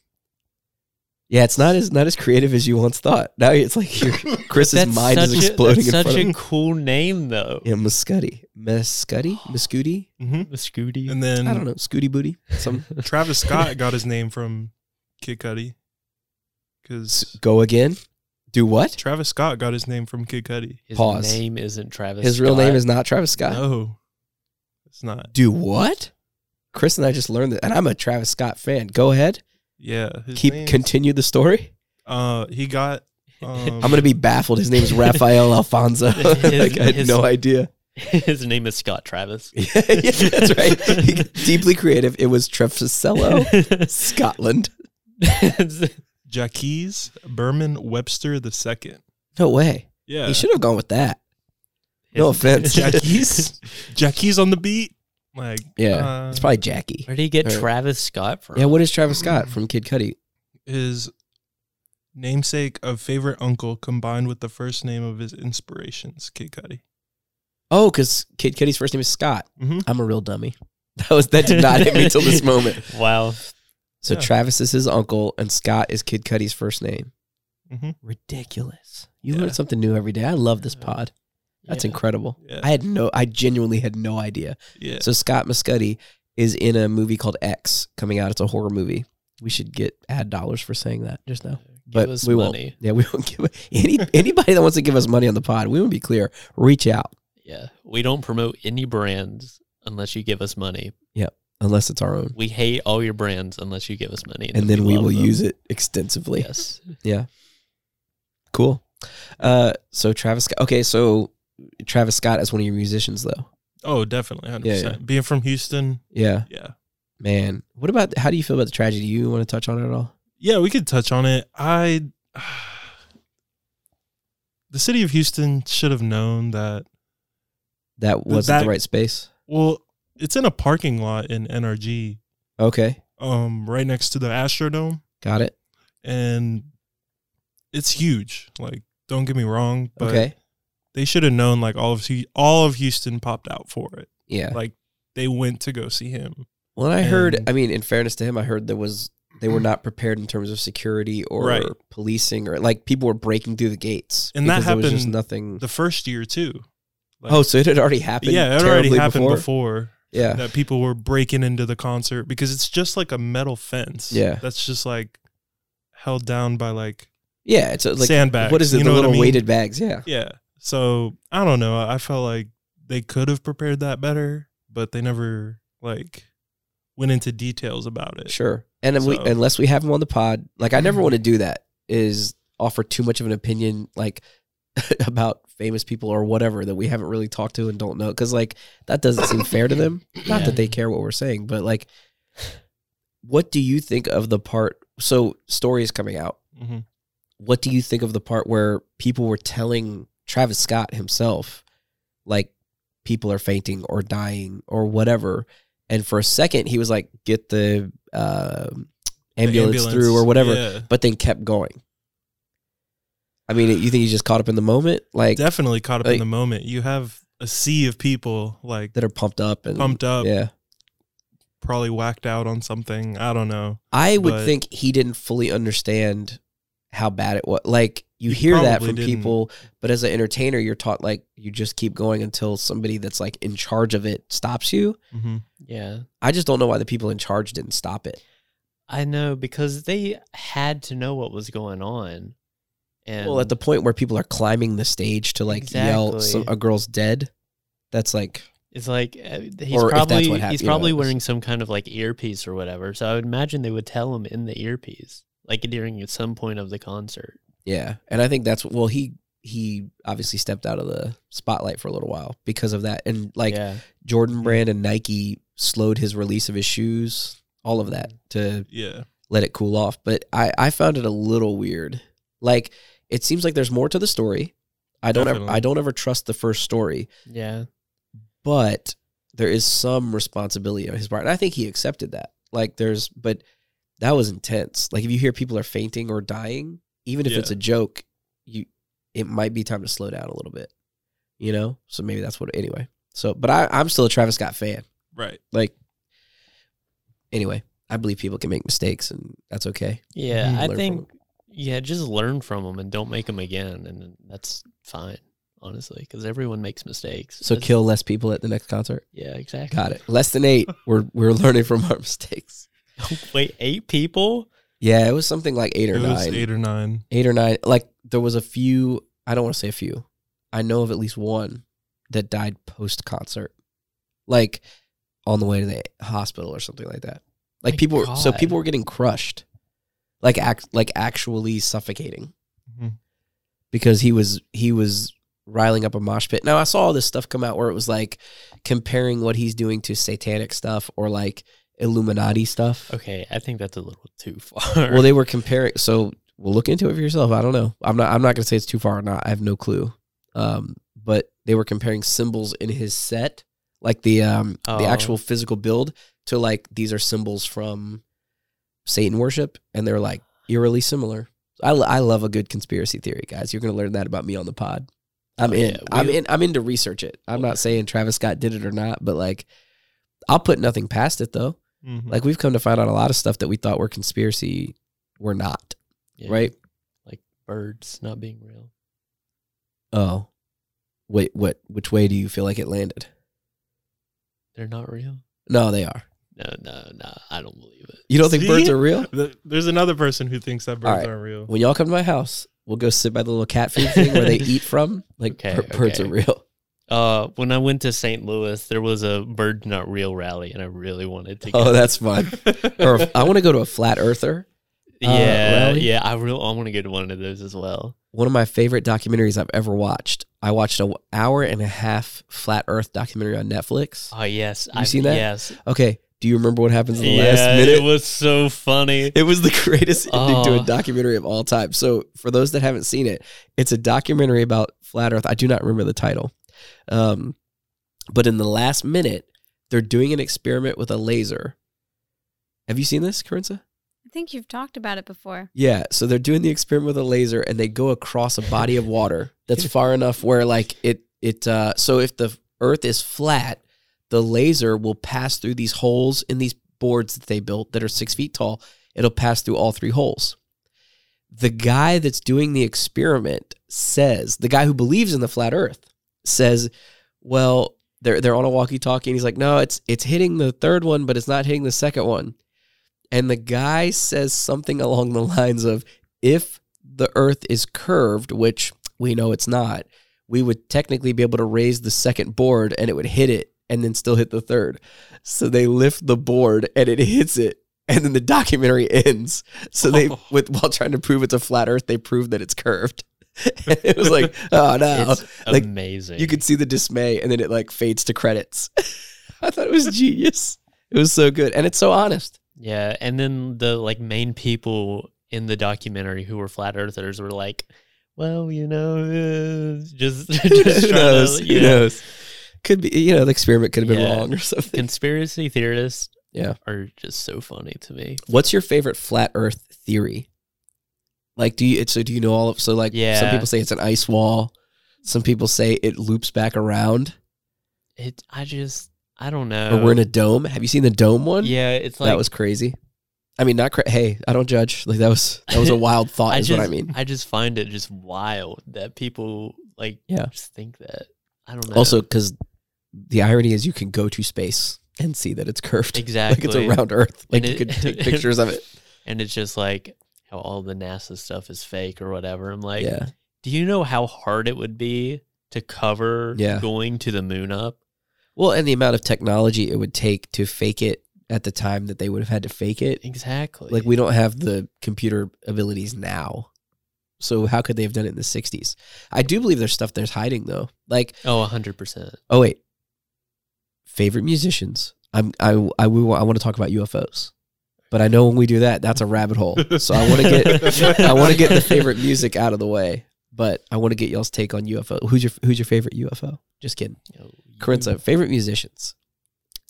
Yeah, it's not as not as creative as you once thought. Now it's like your Chris's mind is exploding
a,
in
that's
front of
such a
him.
cool name, though.
Yeah, Muscati. Muscati? Muscooty?
hmm
Muscuddy.
And
I don't
then
know. Scooty Booty? Some
Travis Scott got his name from Kid Cudi. Because
go again? Do what?
Travis Scott got his name from Kid Cudi.
His
Pause.
name isn't Travis.
His real
Scott.
name is not Travis Scott.
No, it's not.
Do what? Chris and I just learned that, and I'm a Travis Scott fan. Go ahead,
Yeah. His
keep
name-
continue the story.
uh, he got. Um,
I'm gonna be baffled. His name is Raphael Alfonso. like, I had
his-
no idea.
His name is Scott Travis.
yeah, yeah, that's right. He got deeply creative. It was Trefficello, Scotland.
Jackie's Berman Webster the second.
No way.
Yeah.
He should have gone with that. No
His-
offense,
Jackie's. Jackie's on the beat. Like
Yeah,
uh,
it's probably Jackie.
Where did he get
Or-
Travis Scott from?
Yeah, what is Travis Scott from Kid Cudi?
his namesake of favorite uncle combined with the first name of his inspirations, Kid Cudi.
Oh, because Kid Cudi's first name is Scott.
Mm-hmm.
I'm a real dummy. That was that did not hit me till this moment.
Wow.
So
Yeah.
Travis is his uncle, and Scott is Kid Cudi's first name.
Mm-hmm.
Ridiculous. You
Yeah.
learn something new every day. I love this
Yeah.
pod. That's
Yeah.
incredible.
Yeah.
I had no. I genuinely had no idea.
Yeah.
So Scott Muscuddy is in a movie called X coming out. It's a horror movie. We should get ad dollars for saying that just now.
Give
But
us
we won't.
money.
Yeah, we won't give any anybody that wants to give us money on the pod. We want to be clear. Reach out
Yeah. We don't promote any brands unless you give us money.
unless it's our own,
We hate all your brands unless you give us money.
and then we
love
will
them.
use it extensively.
Yes.
Cool. Uh, so Travis Scott. Okay, so Travis Scott is one of your musicians, though.
Oh, definitely, hundred
Yeah,
percent. Being from Houston,
Yeah,
yeah,
man. What about how do you feel about the tragedy? You want to touch on it at all?
yeah, we could touch on it. I, the city of Houston should have known that.
That wasn't
that-
the right space.
Well, it's in a parking lot in NRG,
Okay,
um, right next to the Astrodome,
got it.
and it's huge. Like, don't get me wrong, but
okay,
they should have known. Like, all of Hu- all of Houston popped out for it.
yeah.
Like, they went to go see him.
Well, I heard.
And-
I mean, in fairness to him, I heard there was they were not prepared in terms of security or
Right.
policing, or like people were breaking through the gates,
And that
because there was just
happened
nothing.
The first year too. like-
oh, so it had already happened.
yeah, it
terribly
already happened
before.
before.
Yeah,
that people were breaking into the concert because it's just like a metal fence.
Yeah.
That's just like held down by like
yeah. It's a, like
sandbags.
what is it?
you
The
know what I
little
mean?
weighted bags. Yeah.
Yeah. So I don't know. I felt like they could have prepared that better, but they never like went into details about it.
Sure. And then we,
So-
unless we have him on the pod, like I never want to do that. Is offer too much of an opinion, like about famous people or whatever that we haven't really talked to and don't know, because like that doesn't seem fair to them. Not
Yeah.
that they care what we're saying, but like, what do you think of the part? So story is coming out.
hmm
What do you think of the part where people were telling Travis Scott himself, like people are fainting or dying or whatever? And for a second, he was like, "Get the." um ambulance, through or whatever
Yeah.
but then kept going. I mean, you think he's just caught up in the moment, like
Definitely caught up
like-
in the moment. You have a sea of people like
that are pumped up and
pumped up,
Yeah,
probably whacked out on something. I don't know.
I would
But-
think he didn't fully understand how bad it was. Like you
He
hear that
probably
from
didn't.
people, but as an entertainer, you're taught like you just keep going until somebody that's like in charge of it stops you.
hmm
Yeah.
I just don't know why the people in charge didn't stop it.
I know because they had to know what was going on. And
well, at the point where people are climbing the stage to like yell some,
Exactly.
a girl's dead, that's like
it's like uh, he's
Or if that's
probably
what hap-
he's
you know,
probably
it was-
wearing some kind of like earpiece or whatever. So I would imagine they would tell him in the earpiece, like during at some point of the concert.
Yeah, and I think that's well he he obviously stepped out of the spotlight for a little while because of that, and like
yeah, Hmm.
Jordan Brand and Nike slowed his release of his shoes, all of that to
Yeah.
let it cool off. But I I found it a little weird. Like it seems like there's more to the story. I don't ever,
Definitely.
I don't ever trust the first story,
yeah,
but there is some responsibility on his part, and I think he accepted that. Like there's, but that was intense. Like if you hear people are fainting or dying, even if
Yeah.
it's a joke, you it might be time to slow down a little bit. You know, so maybe that's what. Anyway, so but I, I'm still a Travis Scott fan.
Right.
Like anyway, I believe people can make mistakes, and that's okay.
yeah.
Mhm. Learn
I
from
think yeah, just learn from them and don't make them again, and then that's fine, honestly, because everyone makes mistakes.
So
That's-
kill less people at the next concert.
Yeah, exactly.
Got it. Less than eight. We're we're learning from our mistakes.
Wait, eight people?
Yeah, it was something like eight or
it was
nine.
eight or nine.
eight or nine. Like there was a few. I don't want to say a few. I know of at least one that died post concert, like on the way to the hospital or something like that. Like
My
people, were, so
God.
people were getting crushed, like act, like actually suffocating
Mhm.
because he was he was riling up a mosh pit. Now I saw all this stuff come out where it was like comparing what he's doing to satanic stuff or like Illuminati stuff.
Okay, I think that's a little too far.
Well, they were comparing. So we'll look into it for yourself. I don't know. I'm not. I'm not going to say it's too far or not. I have no clue. Um, but they were comparing symbols in his set, like the um the
Oh.
actual physical build, to like these are symbols from Satan worship, and they're like eerily similar. I, lo- I love a good conspiracy theory, guys. You're going to learn that about me on the pod. I'm
Oh,
in.
yeah,
I'm
we-
in. I'm in to research it. I'm not saying Travis Scott did it or not, but like, I'll put nothing past it though.
Mhm.
Like we've come to find out a lot of stuff that we thought were conspiracy were not,
Yeah,
right?
Birds not being real.
Oh. Wait, what which way do you feel like it landed?
They're not real.
No, they are.
No, no, no. I don't believe it.
You don't think
See?
birds are real?
Th- There's another person who thinks that birds
All right.
aren't real.
When y'all come to my house, we'll go sit by the little cat food thing where they eat from. Like
Okay,
bir- birds
okay.
are real.
Uh, when I went to St. Louis, there was a bird not real rally, and I really wanted to.
Oh,
go.
that's fun. or if- I want to go to a flat earther. uh,
yeah,
rally?
yeah. I really, I want to go to one of those as well.
One of my favorite documentaries I've ever watched. I watched an hour and a half flat Earth documentary on Netflix.
Oh yes,
You seen that?
Yes,
Okay, do you remember what happens in the
yeah,
last minute?
it was so funny.
It was the greatest ending to
Oh.
a documentary of all time. So, for those that haven't seen it, it's a documentary about flat Earth. I do not remember the title, um, but in the last minute, they're doing an experiment with a laser. Have you seen this, Carinza?
I think you've talked about it before.
Yeah. So they're doing the experiment with a laser, and they go across a body of water that's far enough where, like, it it. Uh, so if the Earth is flat, the laser will pass through these holes in these boards that they built that are six feet tall. It'll pass through all three holes. The guy that's doing the experiment says, the guy who believes in the flat Earth says, "Well, they're they're on a walkie-talkie." And he's like, "No, it's it's hitting the third one, but it's not hitting the second one." And the guy says something along the lines of, "If the Earth is curved, which we know it's not, we would technically be able to raise the second board, and it would hit it, and then still hit the third. So they lift the board, and it hits it." And then the documentary ends. So they,
Oh.
with while trying to prove it's a flat Earth, they prove that it's curved. it was like, oh no!
It's
Like,
amazing.
You could see the dismay, and then it like fades to credits. I thought it was genius. It was so good, and it's so honest.
Yeah, and then the like main people in the documentary who were flat earthers were like, "Well, you know, uh, just just
who
trying
knows?
to,
Who
you know,
knows? Could be, you know, the experiment could have been
Yeah.
wrong or something.
conspiracy theorists."
Yeah.
are just so funny to me.
What's your favorite flat Earth theory? Like, do you? it's- So do you know all of? So like, some
Yeah.
people say it's an ice wall. Some people say it loops back around,
It, I just, I don't know.
or we're in a dome. Have you seen the dome one?
yeah, it's like
that was crazy. I mean, not cra- hey, I don't judge. Like that was that was a wild thought,
I
is
just,
what I mean.
I just find it just wild that people like,
Yeah.
just think that. I don't know.
Also, because the irony is, you can go to space and see that it's curved.
exactly,
Like it's around Earth. Like
And
you
it-
could take pictures of it.
and it's just like how all the NASA stuff is fake or whatever. I'm like,
yeah.
Do you know how hard it would be to cover
Yeah.
going to the moon up?
Well, and the amount of technology it would take to fake it at the time that they would have had to fake it.
Exactly.
Like we don't have the computer abilities now. So how could they have done it in the 60s? I do believe there's stuff there's hiding though. Like
Oh, 100%.
Oh wait, favorite musicians. I'm I I we wa- I want to talk about UFOs, but I know when we do that, that's a rabbit hole. So I want to get I want to get the favorite music out of the way, but I want to get y'all's take on UFO. Who's your Who's your favorite UFO? Just kidding,
You know, you-
Corinza. Favorite musicians?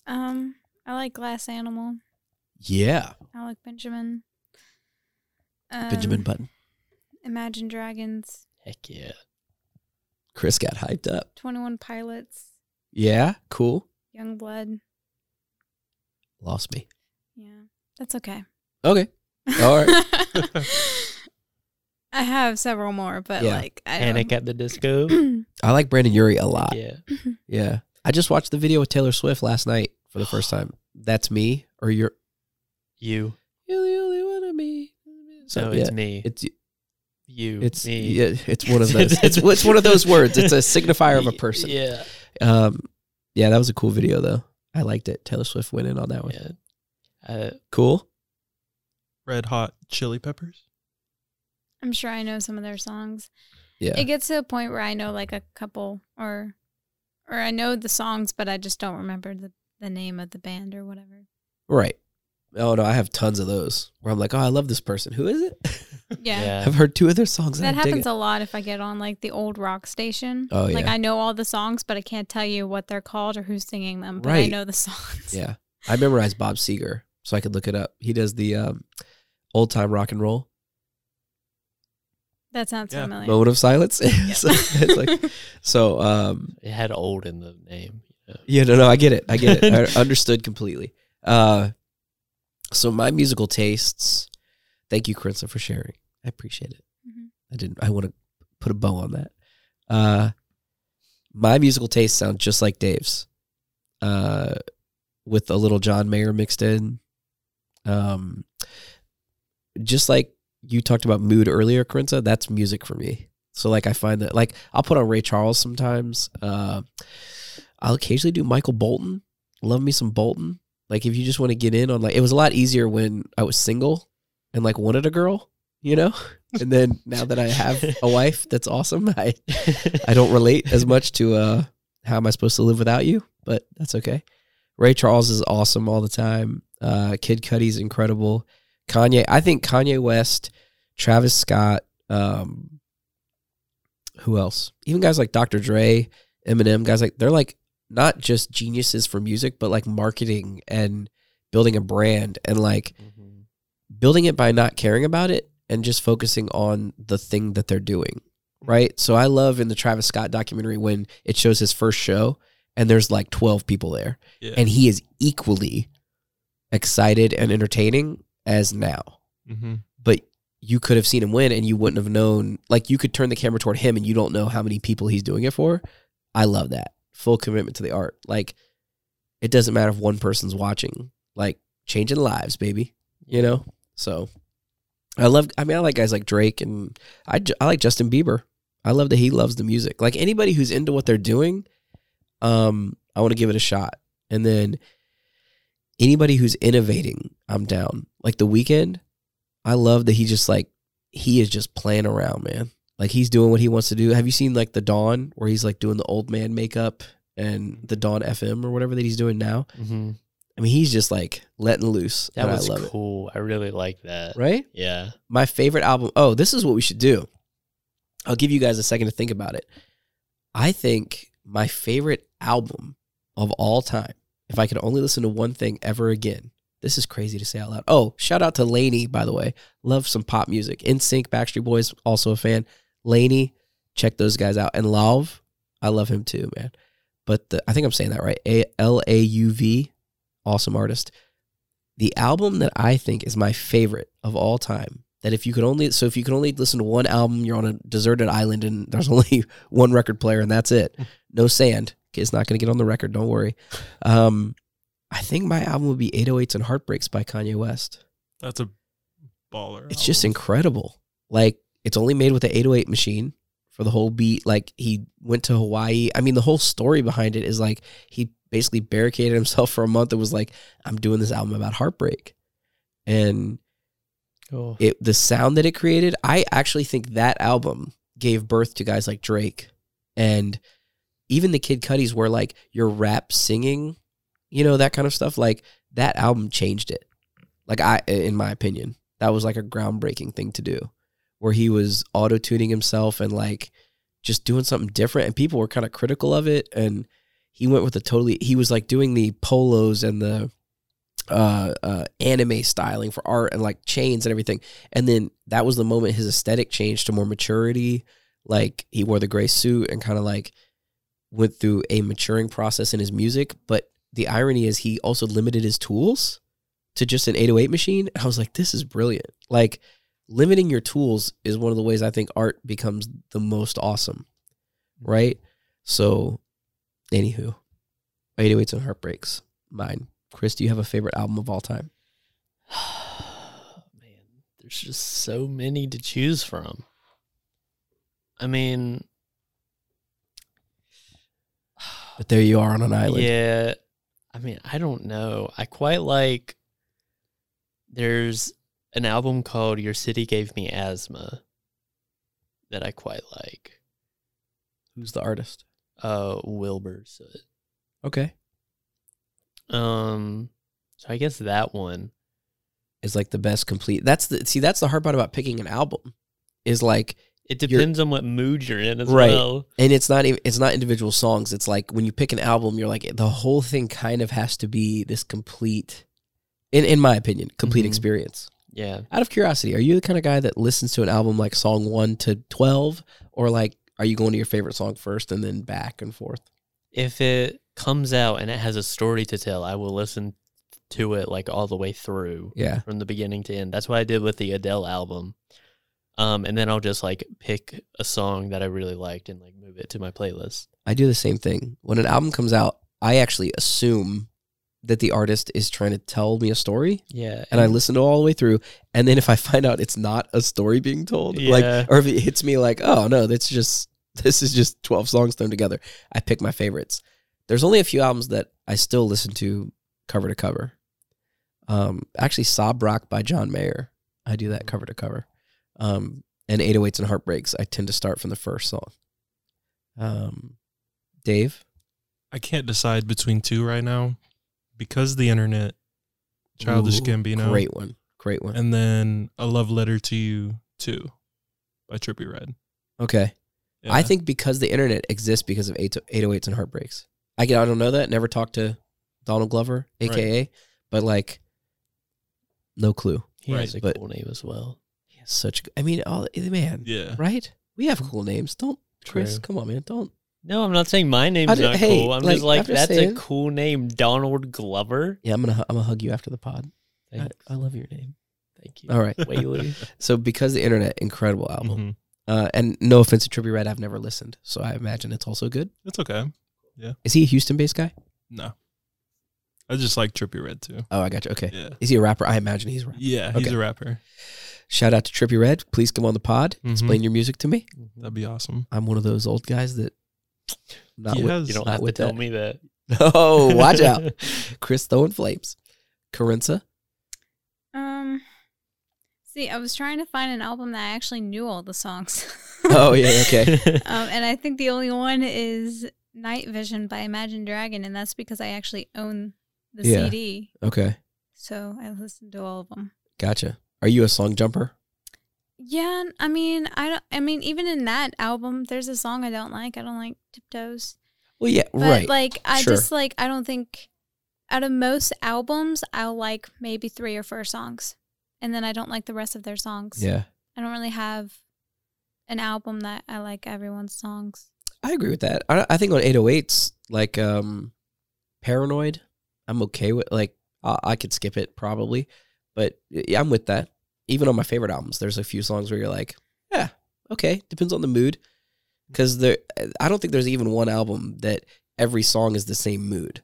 Um, I like Glass Animal.
Yeah,
I like Benjamin. Um,
Benjamin Button.
Imagine Dragons.
Heck yeah.
Chris got hyped up.
Twenty One Pilots.
Yeah, cool.
Young Blood.
Lost me.
Yeah, that's okay.
Okay, All
I have several more, but
Yeah.
like I
Panic at the disco.
don't.
I like Brandon Urie a lot.
yeah.
Yeah. I just watched the video with Taylor Swift last night for the first time. That's me or your
You.
You're the only one of me. So
no,
yeah,
it's me.
it's
you.
it's
me.
yeah, it's one of those. It's it's one of those words. It's a signifier of a person.
Yeah.
Um, yeah, that was a cool video though. I liked it. Taylor Swift went in on that one.
yeah. Uh,
Cool.
Red Hot Chili Peppers.
I'm sure I know some of their songs.
Yeah.
It gets to a point where I know like a couple or or I know the songs, but I just don't remember the, the name of the band or whatever.
Right. Oh no, I have tons of those where I'm like, oh, I love this person. Who is it?
Yeah.
yeah.
I've heard two of their songs.
That
and I dig
happens
it.
a lot if I get on like the old rock station.
Oh,
Like
yeah.
I know all the songs, but I can't tell you what they're called or who's singing them. But I
Right.
know the songs.
Yeah, I memorized Bob Seger, so I could look it up. He does the um, old time rock and roll
That sounds
Yeah.
familiar. Mm-hmm.
moment of silence. so it's like so. Um,
It had old in the name. you know.
Yeah, no, no, I get it. I get it. I understood completely. Uh, so my musical tastes. Thank you, Carissa, for sharing. I appreciate it.
Mhm.
I didn't. I want to put a bow on that. Uh, my musical tastes sound just like Dave's, uh, with a little John Mayer mixed in. Um, just like you talked about mood earlier, Carissa, that's music for me. So like I find that like I'll put on Ray Charles sometimes. Uh, I'll occasionally do Michael Bolton. Love me some Bolton. Like if you just want to get in on like it was a lot easier when I was single and like wanted a girl. you know? And then now that I have a wife that's awesome, I I don't relate as much to uh, how am I supposed to live without you, but that's okay. Ray Charles is awesome all the time. Uh, Kid Cudi's incredible. Kanye, I think Kanye West, Travis Scott, um, who else? Even guys like Dr. Dre, Eminem, guys like they're like not just geniuses for music, but like marketing and building a brand and like
Mhm.
building it by not caring about it and just focusing on the thing that they're doing. Right. So I love in the Travis Scott documentary when it shows his first show and there's like 12 people there
Yeah.
and he is equally excited and entertaining as now.
mm-hmm.
But you could have seen him win and you wouldn't have known. Like you could turn the camera toward him and you don't know how many people he's doing it for. I love that. Full commitment to the art. Like it doesn't matter if one person's watching, like changing lives, baby you know so i love i mean i like guys like drake and i, ju- I like justin bieber i love that he loves the music like anybody who's into what they're doing um i want to give it a shot and then anybody who's innovating i'm down like the weekend i love that he just like he is just playing around man like he's doing what he wants to do have you seen like the dawn where he's like doing the old man makeup and the dawn fm or whatever that he's doing now
Mhm.
i mean he's just like letting loose
That
and
was
Mm-hmm. i love
cool. I really like that.
it right
Yeah.
my favorite album. Oh, this is what we should do. I'll give you guys a second to think about it. I think my favorite album of all time, if I could only listen to one thing ever again, this is crazy to say out loud. Oh, shout out to Laney, by the way. Love some pop music. In Sync, Backstreet Boys, also a fan. Laney, check those guys out. And Lauv, I love him too, man. But the, I think I'm saying that right. A L A U V, awesome artist the album that I think is my favorite of all time. That if you could only so if you could only listen to one album, you're on a deserted island and there's only one record player and that's it. No sand. It's not going to get on the record. Don't worry. Um, I think my album would be 808s and Heartbreaks by Kanye West.
That's a baller.
It's just
album.
incredible. Like it's only made with the 808 machine for the whole beat. Like he went to Hawaii. I mean, the whole story behind it is like he basically barricaded himself for a month and was like, "I'm doing this album about heartbreak," and
Oh.
it the sound that it created. I actually think that album gave birth to guys like Drake and even the Kid Cuddies, where like your rap singing, you know that kind of stuff. Like that album changed it. Like I, in my opinion, that was like a groundbreaking thing to do, where he was auto tuning himself and like just doing something different, and people were kind of critical of it, and he went with a totally. He was like doing the polos and the uh, uh, anime styling for art and like chains and everything. And then that was the moment his aesthetic changed to more maturity. Like he wore the gray suit and kind of like went through a maturing process in his music. But the irony is he also limited his tools to just an 808 machine. I was like, this is brilliant. Like limiting your tools is one of the ways I think art becomes the most awesome. Right. So, anywho, 808s and Heartbreaks, mine. Chris, do you have a favorite album of all time?
Man, there's just so many to choose from. I mean,
But there you are on an island.
Yeah. I mean, I don't know. I quite like there's an album called Your City Gave Me Asthma that I quite like.
Who's the artist?
Uh Wilbur Soot.
Okay.
Um so I guess that one.
Is like the best complete. That's the see. That's the hard part about picking an album, is like,
It
You're-
depends on what mood you're in as
Right.
well.
and it's not even it's not individual songs. It's like when you pick an album, you're like the whole thing kind of has to be this complete, in in my opinion, complete
Mhm.
experience.
Yeah.
Out of curiosity, are you the kind of guy that listens to an album like song one to twelve, or like are you going to your favorite song first and then back and forth?
If it comes out and it has a story to tell, I will listen to it like all the way through.
Yeah.
from the beginning to end. That's what I did with the Adele album. Um, and then I'll just like pick a song that I really liked and like move it to my playlist.
I do the same thing. When an album comes out, I actually assume that the artist is trying to tell me a story
Yeah.
and I listen to it all the way through. And then if I find out it's not a story being told,
Yeah.
like, or if it hits me like, oh no, that's just, this is just 12 songs thrown together, I pick my favorites. There's only a few albums that I still listen to cover to cover. Um, actually, Sob Rock by John Mayer. I do that cover to cover. Um, and 808s and Heartbreaks, I tend to start from the first song. Um, Dave,
I can't decide between two right now because the internet, Childish
Ooh,
Gambino,
great one, great one.
and then A Love Letter to You too, by Trippy Red.
Okay, I
Yeah.
think because the internet exists because of 8 808s and Heartbreaks. I can, I don't know that. Never talked to Donald Glover, aka, but like, no clue.
He
Right.
has a
But-
cool name as well.
He has such. g- I mean, all eh, man,
yeah,
right? We have cool names. Don't Chris,
True.
come on, man. Don't.
No, I'm not saying my name's
ju-
not
hey,
cool. I'm
like,
just like
I'm just
that's
saying.
a cool name, Donald Glover.
Yeah, I'm gonna hu- I'm gonna hug you after the pod. I,
Thanks.
I love your name.
Thank you.
All right.
Whaley.
So because the internet, incredible album.
Mhm.
Uh, and no offense to Trippy Red, I've never listened, so I imagine it's also good.
it's okay.
Is he a Houston-based guy?
No, I just like Trippy Red too.
Oh, I got you. Okay.
Yeah,
Is he a rapper? I imagine he's a rapper.
yeah, he's
Okay.
a rapper.
Shout out to Trippy Red. Please come on the pod.
Mhm.
Explain your music to me.
That'd be awesome.
I'm one of those old guys that not
He
with,
has-
You don't
not
have to
with
tell
that.
me that.
Oh, watch out. Chris throwing flames. Carinza.
Um, see, I was trying to find an album that I actually knew all the songs.
Oh yeah, okay.
Um, and I think the only one is Night Vision by Imagine Dragon, and that's because I actually own the
Yeah.
CD,
Okay.
so I listened to all of them.
Gotcha. Are you a song jumper?
Yeah, n- I mean, I don't. I mean, even in that album, there's a song I don't like. I don't like Tiptoes.
Well, yeah,
But
right.
Like, I
Sure.
just like. I don't think. Out of most albums, I'll like maybe three or four songs, and then I don't like the rest of their songs.
yeah.
I don't really have an album that I like everyone's songs.
I agree with that. I, I think on 808s, like um, Paranoid, I'm okay with. Like, I, I could skip it probably, but yeah, I'm with that. Even on my favorite albums, there's a few songs where you're like, yeah, okay, depends on the mood. Because there, I don't think there's even one album that every song is the same mood.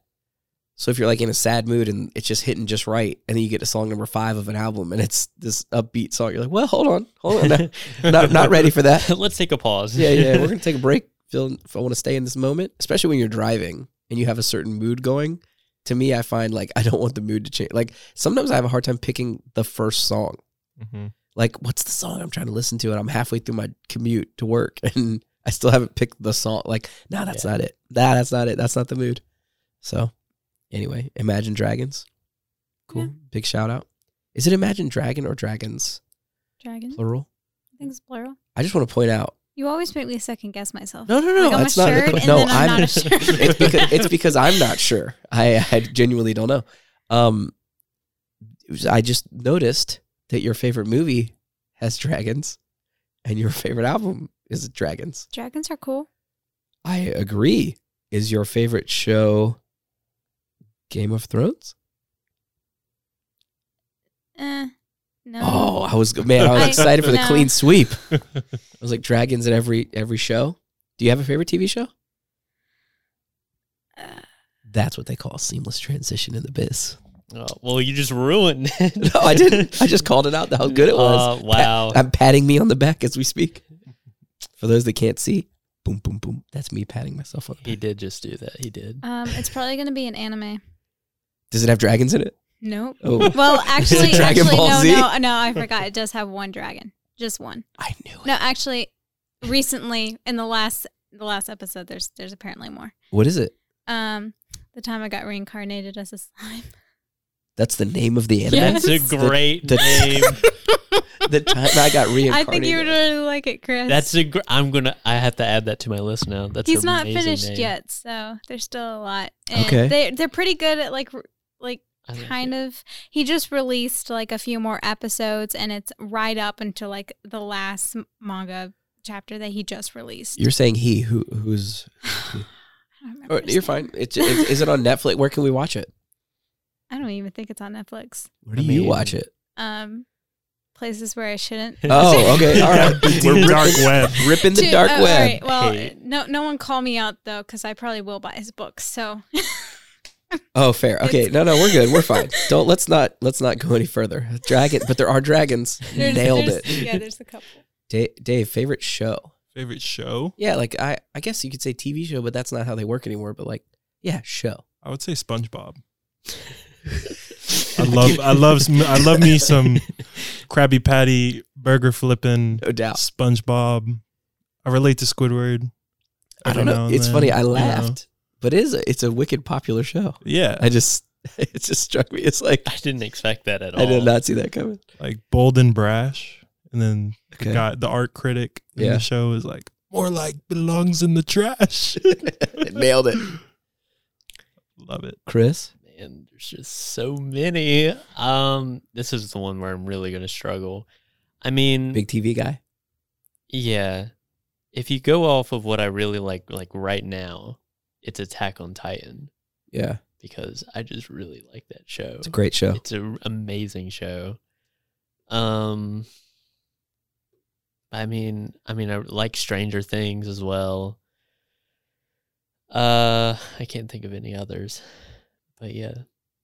So if you're like in a sad mood and it's just hitting just right, and then you get to song number five of an album and it's this upbeat song, you're like, well, hold on, hold on, Oh, no, not not ready for that.
Let's take a pause.
Yeah, yeah. We're gonna take a break. Feel if I want to stay in this moment, especially when you're driving and you have a certain mood going. To me, I find like I don't want the mood to change. Like sometimes I have a hard time picking the first song.
hmm
Like, what's the song I'm trying to listen to? And I'm halfway through my commute to work, and I still haven't picked the song. Like, nah, that's
Yeah.
not it. Nah, that's not it. That's not the mood. So, anyway, Imagine Dragons. Cool.
Yeah.
Big shout out. Is it Imagine Dragon or Dragons
Dragon,
plural?
I think it's plural.
I just want to point out.
You always make me second guess myself.
No, no, no.
like I'm
that's not.
assured,
The, que-
and
no,
then I'm,
I'm
not assured.
it's because it's because I'm not sure. I, I genuinely don't know. Um, it was- I just noticed that your favorite movie has dragons, and your favorite album is dragons.
Dragons are cool.
I agree. Is your favorite show Game of Thrones?
Eh, no.
Oh, I was man, I was
I-
excited for the
no.
clean sweep. I was like dragons in every every show. Do you have a favorite TV show?
Uh,
That's what they call a seamless transition in the biz.
Oh, well, you just ruined it.
No, I didn't. I just called it out how good it was.
Uh, wow.
I'm patting me on the back as we speak. For those that can't see, boom, boom, boom. That's me patting myself on the
he
back.
did just do that. He did.
um, it's probably gonna be an anime.
Does it have dragons in it?
Nope.
Oh,
Well, actually,
Dragon
actually,
Ball
no,
Z?
no, no. I forgot. It does have one dragon, just one.
I knew it.
No, actually, recently in the last the last episode, there's there's apparently more.
What is it?
Um, the time I got reincarnated as a slime.
That's the name of the anime.
That's a
Yes.
great
The-
name.
The time I got
I
reincarnated.
think you would really like it, Chris.
That's a. Gr- I'm gonna. I have to add that to my list now. That's
he's
an
not
amazing
finished
name.
yet, so there's still a lot. And
Okay.
they they're pretty good at like r- like
I like
kind
it.
of he just released like a few more episodes and it's right up until like the last m- manga chapter that he just released.
You're saying he who who's.
I don't remember
Oh,
his
you're
name.
fine. It's, it's is it on Netflix? Where can we watch it?
I don't even think it's on Netflix.
Where
do
do you
you-
watch it?
Um places where I shouldn't.
Oh, okay, all right.
We're dark web.
Rip in the
To-
dark
oh, all
web.
right, well,
Hey.
no no one call me out though cuz I probably will buy his books. So
Oh, fair. Okay,
It's-
no, no, we're good. We're fine. Don't let's not let's not go any further. Dragon, but there are dragons.
there's,
Nailed
there's-
it.
Yeah, there's a couple.
Da- Dave, favorite show.
Favorite show?
Yeah, like I, I guess you could say TV show, but that's not how they work anymore. But like, yeah, show.
I would say SpongeBob. I love I love sm- I love me some Krabby Patty burger flipping,
No doubt.
SpongeBob. I relate to Squidward.
I
every
don't
now
know.
and
It's
then,
funny. I
you know.
laughed, but it is a, it's a wicked popular show.
Yeah,
I just it just struck me. It's like
I didn't expect that at all.
I did not see that coming.
like bold and brash, and then
Okay.
the guy, the art critic in
Yeah.
the show is like more like belongs in the trash.
Nailed it.
Love it.
Chris?
Man, there's just so many. Um, this is the one where I'm really gonna struggle. I mean,
Big TV guy.
yeah. If you go off of what I really like, like right now, it's Attack on Titan
Yeah.
because I just really like that show.
It's a great show.
It's an amazing show. Um, I mean, I mean, I like Stranger Things as well. Uh, I can't think of any others, but yeah,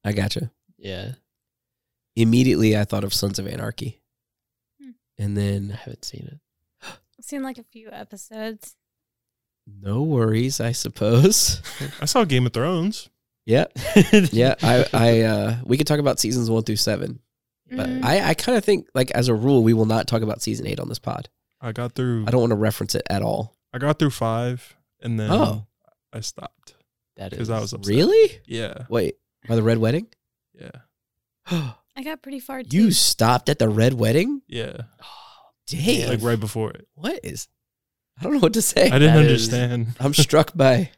I gotcha.
yeah,
Immediately I thought of Sons of Anarchy.
Hmm.
And
I
then
haven't seen it.
I've seen like a few episodes.
no worries, I suppose.
I saw Game of Thrones.
yep. Yeah. I, I uh we could talk about seasons one through seven. But
Mm-hmm.
Mhm.
I, I kinda think like as a rule, we will not talk about season eight on this pod.
I got through.
I don't want to reference it at all.
I got through five, and then
Oh.
I stopped
that
because
is.
I was upset.
Really?
Yeah,
Wait. By the red wedding?
yeah,
I got pretty far.
you
too.
stopped at the red wedding?
yeah.
Damn.
Like right before it,
what is I don't know what to say.
I didn't
That is-
understand.
I'm struck by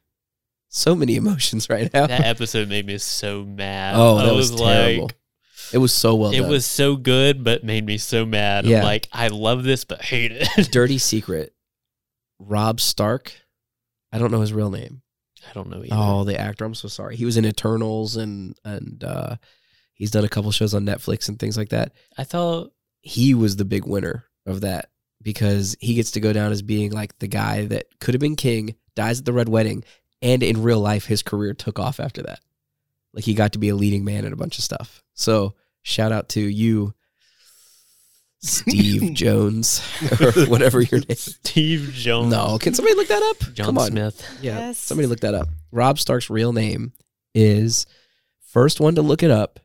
so many emotions right now.
that episode made me so mad.
oh,
I
that was, terrible.
Like,
it was so well
it
done.
was so good, but made me so mad. I'm
Yeah.
like I love this, but hate it.
Dirty Secret. Rob Stark. I don't know his real name.
I don't know. Either.
Oh, the actor. I'm so sorry. He was in Eternals and and uh, he's done a couple shows on Netflix and things like that.
I thought
He was the big winner of that because he gets to go down as being like the guy that could have been king, dies at the red wedding, and in real life his career took off after that. Like he got to be a leading man in a bunch of stuff. So shout out to you, Steve Jones, or whatever your name.
Steve Jones.
No, can somebody look that up?
John
Come on.
Smith.
Yeah,
Yes.
somebody look that up. Rob Stark's real name is first one to look it up.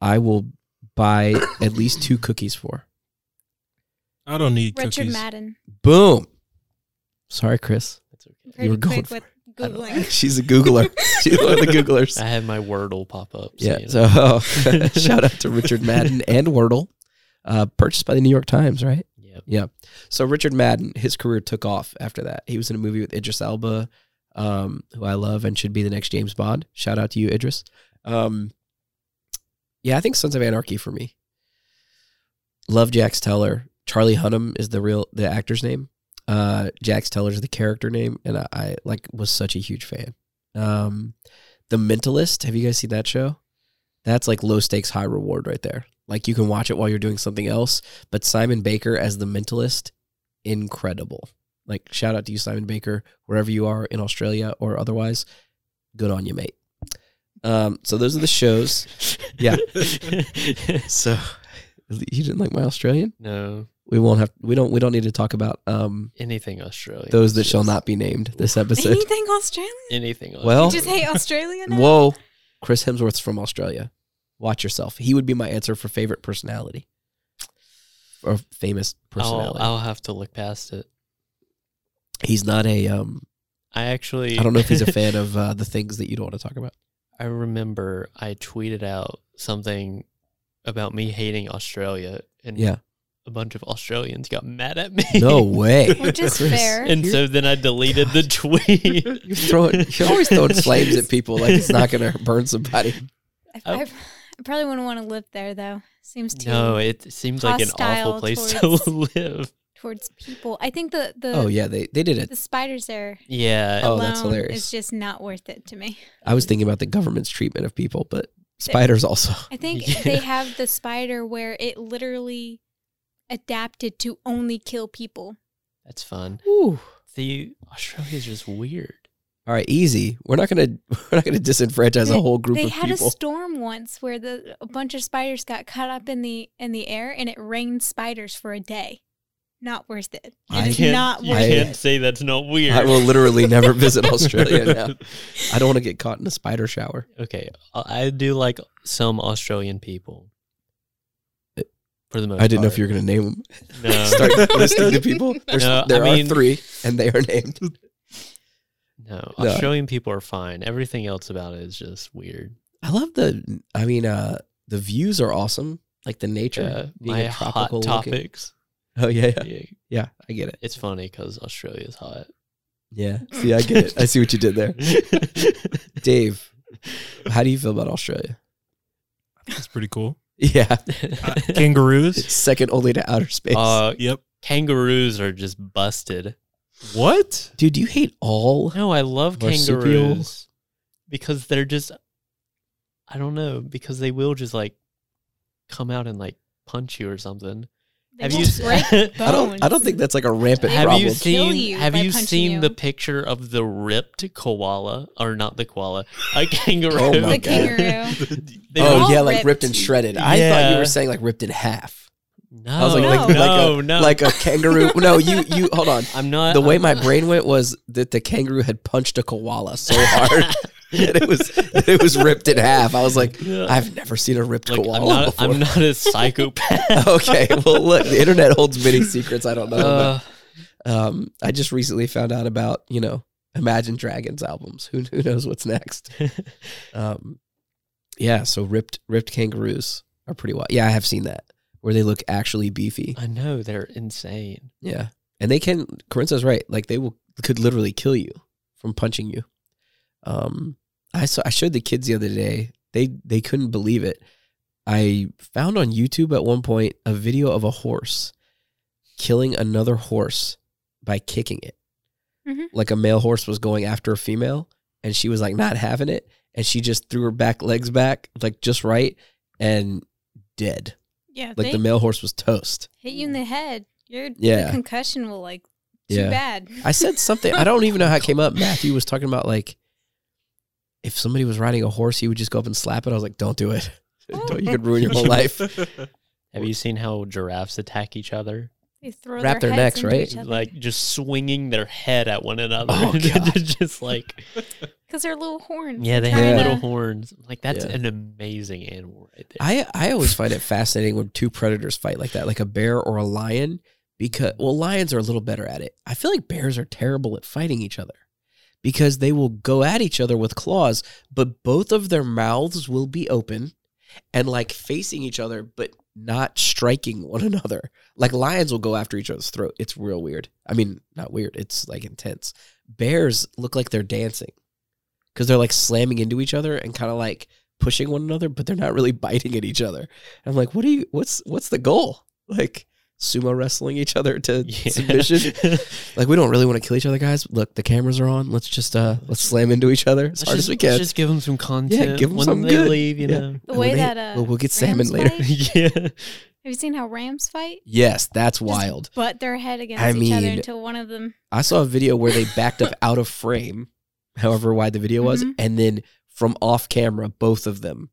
I will buy at least two cookies for.
I don't need
Richard
cookies.
Madden.
Boom. Sorry, Chris.
That's okay.
You were
Pretty
going
quick
for
with
I don't-
googling.
She's a Googler. She's one of the Googlers.
I had my Wordle pop up.
Yeah.
you
So
know.
shout out to Richard Madden and Wordle, uh, purchased by the New York Times, right?
Yep.
Yeah. So Richard Madden, his career took off after that. He was in a movie with Idris Elba, um, who I love and should be the next James Bond. Shout out to you, Idris. Um, yeah, I think Sons of Anarchy for me. Love Jax Teller. Charlie Hunnam is the real the actor's name. Uh, Jax Teller's the character name, and I, I like was such a huge fan. Um, the Mentalist. Have you guys seen that show? That's like low stakes, high reward right there. Like you can watch it while you're doing something else. But Simon Baker as the mentalist, incredible. Like shout out to you, Simon Baker, wherever you are in Australia or otherwise. Good on you, mate. Um, so those are the shows. Yeah. So you didn't like my Australian?
no,
We won't have we don't we don't need to talk about um
anything Australian.
those that shall
Just
not be named this episode.
Anything Australian?
Anything.
Well-
Did you say Australia? Now?
Whoa. Chris Hemsworth's from Australia. Watch yourself. He would be my answer for favorite personality. Or famous
I'll,
personality.
I'll have to look past it.
He's not a um
I actually.
I don't know if he's a fan of uh, the things that you don't want to talk about.
I remember I tweeted out something about me hating Australia, and
Yeah.
a bunch of Australians got mad at me.
No way.
Which is
Chris,
fair.
And so then I deleted the tweet.
You're throwing. You're always throwing flames at people like it's not going to burn somebody.
I,
Oh.
I, I probably wouldn't want to live there though. Seems too
No, it seems like an awful
Hostile
place
towards-
to live.
towards people. I think the the
Oh yeah, they they did
the
it.
spiders there.
Yeah.
Oh,
alone
that's hilarious.
It's just not worth it to me.
I was thinking about the government's treatment of people, but spiders also.
I think
Yeah.
they have the spider where it literally adapted to only kill people.
That's fun.
Ooh.
The Australia is just weird.
All right, easy. We're not going to we're not going to disenfranchise a whole group
they
of
had a
people.
storm once where the a bunch of spiders got caught up in the in the air and it rained spiders for a day. Not worth it.
I
It's
Can't-
not
you
worth
I-
it.
can't say that's not weird.
I will literally never visit Australia now. I don't want to get caught in a spider shower.
Okay, I I do like some Australian people. for the most.
I didn't know if you
part.
were going to name them.
No.
Start listing the people. There's,
No,
there
Um, I
are
mean-
three, and they are named.
No,
No.
Australian people are fine. Everything else about it is just weird.
I love the. I mean, uh, the views are awesome. Like the nature,
Uh,
being
my
a tropical
hot
looking-
topics.
Oh yeah, yeah,
Yeah,
yeah. I get it.
it's funny because Australia's hot.
Yeah. See, I get it. I see what you did there, Dave. How do you feel about Australia?
That's pretty cool.
Yeah,
Uh, kangaroos?
second only to outer space.
uh,
Yep.
kangaroos are just busted.
What?
Dude, you hate all.
No, I love
Marsupial.
kangaroos because they're just I don't know because they will just like come out and like punch you or something.
They
have
will
you s-
break
I don't. I don't think that's like a rampant
have
problem.
you
Kill
seen
you
have
by
you
punching
seen
you.
the picture of the ripped koala or not the koala a kangaroo?
Oh my
the
God.
kangaroo.
They
They're
oh
were-
all
yeah, like
ripped.
ripped and shredded. I thought you
Yeah.
were saying like ripped in half,
no,
I was like,
like- like
no, no.
like a kangaroo. no, you you hold on.
I'm not
The way
I'm
my
not-
brain went was that the kangaroo had punched a koala so hard that it was that it was ripped in half. I was like,
Yeah.
I've never seen a ripped
Like, I'm
koala
not,
before.
I'm not a psychopath.
okay, well look, the internet holds many secrets I don't know. about.
Uh,
Um, I just recently found out about you know Imagine Dragons albums. Who who knows what's next? Um, yeah, so ripped ripped kangaroos are pretty wild. Yeah, I have seen that where they look actually beefy.
I know they're insane.
Yeah, and they can. Corinza's right. Like they will could literally kill you from punching you. Um, I saw I showed the kids the other day. They they couldn't believe it. I found on YouTube at one point a video of a horse killing another horse by kicking it.
Mhm.
Like a male horse was going after a female, and she was like not having it, and she just threw her back legs back like just right and dead.
Yeah,
Like
they
the male horse was toast.
hit you in the head. Your
Yeah.
the concussion will like too
Yeah.
bad.
I said something. I don't even know how it came up. Matthew was talking about like if somebody was riding a horse, he would just go up and slap it. I was like, don't do it. Don't, you could ruin your whole life.
Have you seen how giraffes attack each other?
They throw
Wrap their
their,
necks,
heads into
right?
each other.
Like just swinging their head at one another.
Oh, God.
just like
because they're little horns.
yeah, they
They're
have
Yeah.
trying
little
to-
horns. Like that's
Yeah.
an amazing animal right there.
I I always find it fascinating when two predators fight like that, like a bear or a lion. Because well, lions are a little better at it. I feel like bears are terrible at fighting each other because they will go at each other with claws, but both of their mouths will be open and like facing each other, but not striking one another. Like lions will go after each other's throat. It's real weird. I mean, not weird. It's like intense. Bears look like they're dancing because they're like slamming into each other and kind of like pushing one another, but they're not really biting at each other. I'm like, what are you? What's what's the goal? Like sumo wrestling each other to
Yeah.
submission? Like we don't really want to kill each other, guys. Look, the cameras are on. Let's just uh let's slam into each other as
Let's
hard
just,
as we can.
let's just give them some content.
give 'em
when
something
they
good.
leave, you
Yeah.
know.
The
And
way
when they-
that uh,
well, we'll get
rams
salmon later.
fight?
yeah.
Have you seen how rams fight?
yes, that's wild.
Butt their head against
I
each other
mean-
until one of them.
I saw a video where they backed up out of frame, however wide the video was,
Mm-hmm.
Mhm.
and then from off camera, both of them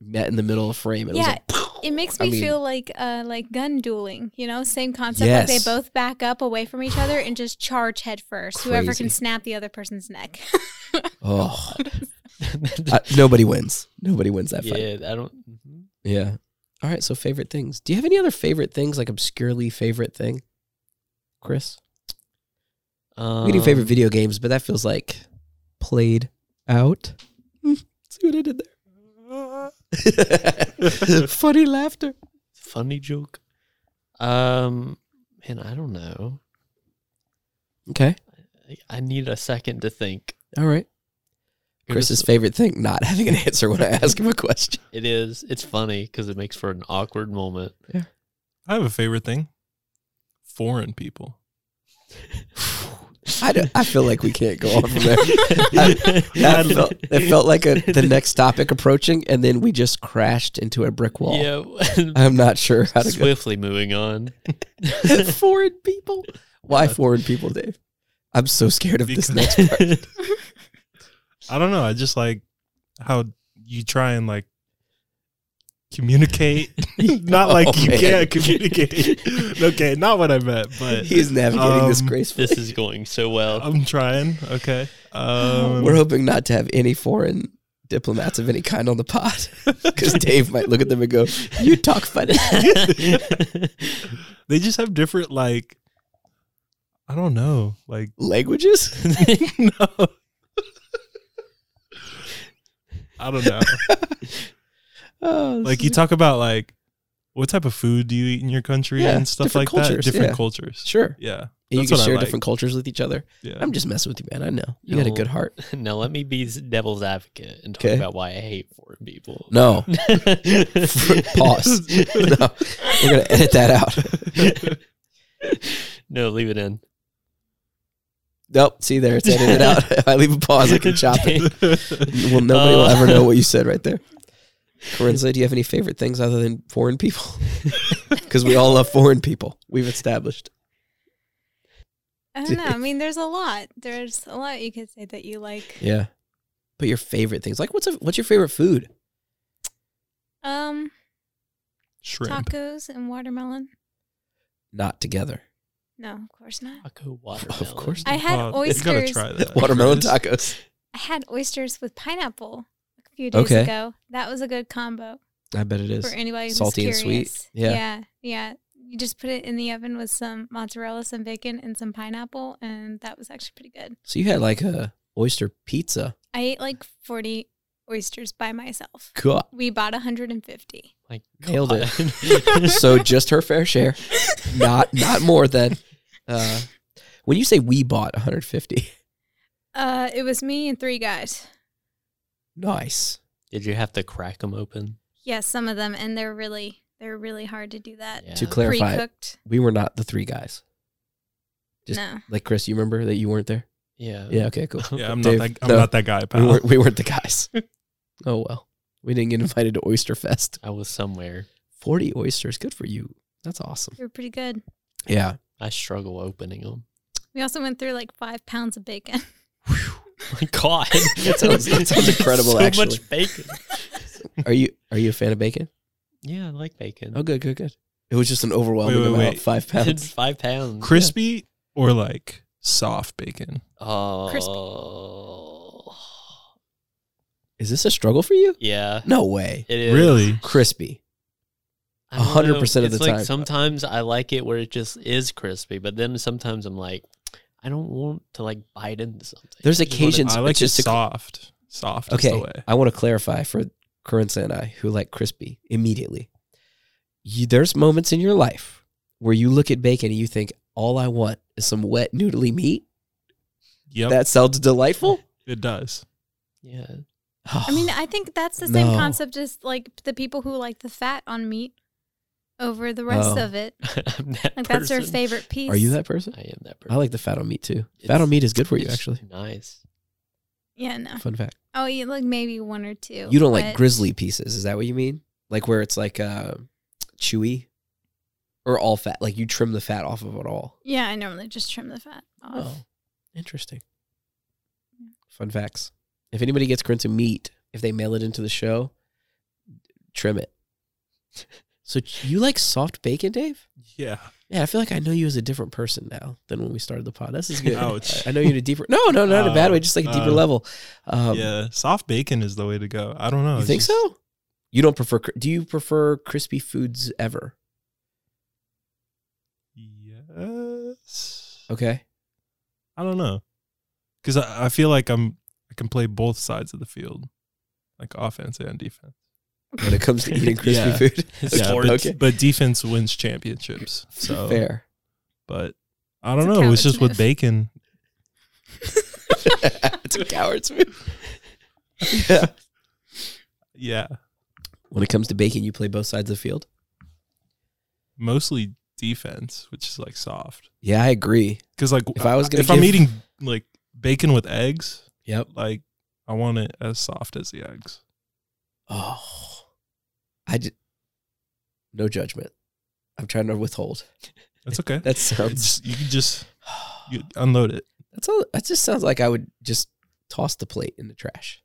met in the middle of frame. And
Yeah,
it was like,
It makes
I
me
mean-
feel like uh like gun dueling. You know, same concept.
Yes.
Like they both back up away from each other and just charge head first. Whoever
Crazy.
can snap the other person's neck.
oh, I- nobody wins. Nobody wins that fight.
yeah, I don't mhm.
Yeah. All right. So favorite things. Do you have any other favorite things, like obscurely favorite thing, Chris?
um,
We do favorite video games, but that feels like played out. Hmm, See what I did there? Funny laughter.
Um, funny joke. Um man, I don't know.
Okay.
I, I need a second to think.
All right.
It
Chris's
is-
favorite thing: not having an answer when I ask him a question.
It is. It's funny because it makes for an awkward moment.
I have a favorite thing. Foreign people.
I, don't- I feel like we can't go on from there. That felt, it felt like a, the next topic approaching, and then we just crashed into a brick wall.
Yeah.
I'm not sure how to go.
Swiftly moving on.
foreign people. Why
Yeah.
foreign people, Dave? I'm so scared of this
Uh, Because-
next.
I don't know. I just like how you try and like communicate. not like
Oh,
you
man.
can't communicate. okay, not what I meant, but
He is navigating this
Um,
gracefully.
this is going so well.
I'm trying. Okay. Um,
We're hoping not to have any foreign diplomats of any kind on the pod because Dave might look at them and go, "You talk funny."
They just have different like I don't know, like
Languages?
no. I don't know.
Oh, this
Like
is
you talk about like what type of food do you eat in your country
Yeah,
and stuff like
different cultures,
that. Different
yeah.
cultures.
sure.
Yeah.
And you
That's
can
what I
share
like.
different cultures with each other.
Yeah.
I'm just messing with you, man. I know you got a
No.
good heart.
now let me be devil's advocate and talk
Okay.
about why I hate foreign people.
No,
Pause.
pause. no, we're gonna edit that out.
no, leave it in.
Nope. See there, it's edited out. If I leave a pause, I can chop it. Well, nobody will
Uh,
ever know what you said right there. Corinza, do you have any favorite things other than foreign people? Because we all love foreign people. We've established.
I don't know. I mean, there's a lot. There's a lot you could say that you like.
Yeah. But your favorite things, like what's a, what's your favorite food?
Um,
Shrimp.
tacos and watermelon.
Not together.
No, of course not.
Taco watermelon.
Of course
I had
Oh, You gotta
oysters.
try
Uh,
that.
Watermelon
Chris.
tacos.
I had oysters with pineapple a few days
Okay.
ago. That was a good combo
I bet it
for
is.
anybody who's
salty and
curious.
sweet. Yeah.
yeah, yeah. You just put it in the oven with some mozzarella, some bacon, and some pineapple, and that was actually pretty good.
So you had like a oyster pizza.
I ate like 40 oysters by myself.
God.
We bought 150.
Like,
Nailed it.
God.
so just her fair share, not not more than. Uh, when you say we bought 150,
Uh, it was me and three guys.
nice.
Did you have to crack them open?
Yes, some of them, and they're really they're really hard to do that.
Yeah.
Uh, To clarify,
Pre-cooked.
we were not the three guys. Just-
no.
Like Chris, you remember that you weren't there?
Yeah.
Yeah. Okay. Cool.
Yeah, I'm
Uh, Dave,
not that I'm
no.
not that guy,
We
pal.
weren't, we weren't the guys. Oh well, we didn't get invited to Oyster Fest.
I was somewhere.
40 oysters, good for you. That's awesome.
They were pretty good.
Yeah.
I struggle opening them.
We also went through like five pounds of bacon.
My God,
That sounds- that sounds incredible,
So
actually.
much bacon.
Are you are you a fan of bacon?
Yeah, I like bacon.
Oh, good, good, good. It was just an overwhelming
Wait, wait,
amount.
wait.
Five
It's
pounds.
five pounds.
Crispy or like soft bacon?
Oh,
Crispy.
Is this a struggle for you?
yeah.
No way.
It is
Really?
Crispy.
I don't
100%
know.
of the
It's like
time.
Sometimes I like it where it just is crispy, but then sometimes I'm like, I don't want to like bite into something.
There's
I just
occasion-
wanna-
It's-
I like
it's
it
just a-
soft. Soft is the
Okay.
way.
I want to clarify for Corinza and I, who like crispy immediately. You, there's moments in your life where you look at bacon and you think, all I want is some wet, noodly meat.
Yep,
That sounds delightful.
it does.
yeah.
I mean, I think that's the
No.
same concept as like the people who like the fat on meat over the rest
Oh.
of it.
I'm that
Like that's their
person.
favorite piece.
are you that person?
I am that person.
I like the fat on meat too. fat
It's-
on meat is good for you,
It's
actually.
Nice.
Yeah, no.
Fun fact.
Oh, you like maybe one or two.
You don't like
but-
grizzly pieces, is that what you mean? Like where it's like uh, chewy or all fat? Like you trim the fat off of it all.
Yeah, I normally just trim the fat off.
Oh. interesting. Fun facts. If anybody gets Corinza meat, if they mail it into the show, trim it. So ch- you like soft bacon, Dave?
Yeah.
Yeah, I feel like I know you as a different person now than when we started the pod. This is good.
Ouch.
I, I know you in a deeper. No, no, not in a bad way. Just like a deeper
Uh, uh,
level. Um,
yeah, soft bacon is the way to go. I don't know.
You
Oh, it's
think
just-
so? You don't prefer? cr- Do you prefer crispy foods ever?
Yes.
Okay.
I don't know, because I, I feel like I'm I can play both sides of the field, like offense and defense.
When it comes to eating crispy
Yeah.
food,
It's
Yeah,
hard.
but- okay.
But defense wins championships. So,
fair.
but I
It's
don't
a
know.
coward's
It's just
move.
with bacon.
it's a coward's move. yeah.
Yeah,
When it comes to bacon, you play both sides of the field.
mostly defense, which is like soft.
Yeah, I agree.
Because like
If I was gonna
if I'm
give-
eating like bacon with eggs,
Yep.
like I want it as soft as the eggs.
Oh, I did. No judgment. I'm trying to withhold.
That's okay.
That
It's
sounds.
just- you can just you unload it.
That's all. That just sounds like I would just toss the plate in the trash.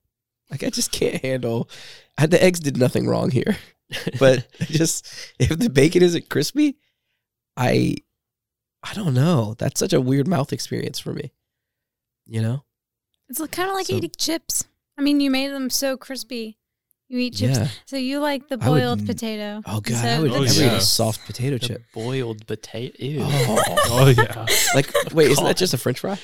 Like I just can't handle. I, the eggs did nothing wrong here, but I just if the bacon isn't crispy, I, I don't know. That's such a weird mouth experience for me. You know.
It's kind of like
So-
eating chips. I mean, you made them so crispy. You eat chips.
Yeah.
So you like the
I would
boiled
n-
potato.
Oh god, I
instead of
would
the
Oh,
never eat
yeah.
a soft potato
The
chip.
boiled potato. Ew.
Oh.
Oh yeah.
Like, wait, isn't that just a French fry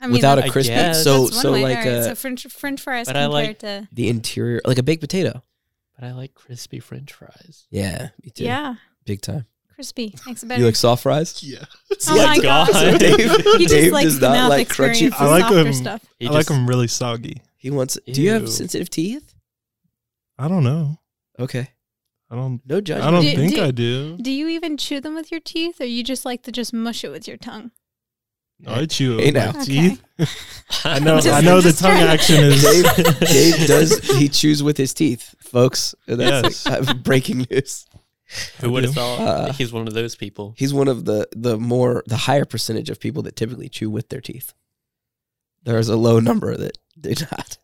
I mean,
without
that-
a
I
crispy?
guess.
So,
that's one
so
way.
like
All right,
uh,
so French French fries
but I
compared
like-
to
the interior, like a baked potato.
But I like crispy French fries.
Yeah, me too.
yeah,
big time.
crispy makes it better.
You like soft fries?
Yeah.
Oh my God.
So Dave,
He
Dave
just likes
does not
mouth
like crunchy.
experience
food.
I like
softer
them-
stuff.
He
I like
just-
them really soggy.
He wants. Do you have
Ew.
sensitive teeth?
I don't know.
Okay,
I don't.
no
I
judgment.
don't
Do-
think
do-
I do.
Do you even chew them with your teeth, or you just like to just mush it with your tongue?
No, I chew
Hey,
it with my
now.
Okay.
teeth. I know.
Just-
I know the
just
tongue
trying to-
action is.
Dave, Dave does. He chews with his teeth, folks. That's
Yes.
uh, breaking news.
Who would have
do.
thought
Uh,
he's one of those people?
He's one of the the more the higher percentage of people that typically chew with their teeth. There's a low number that do not.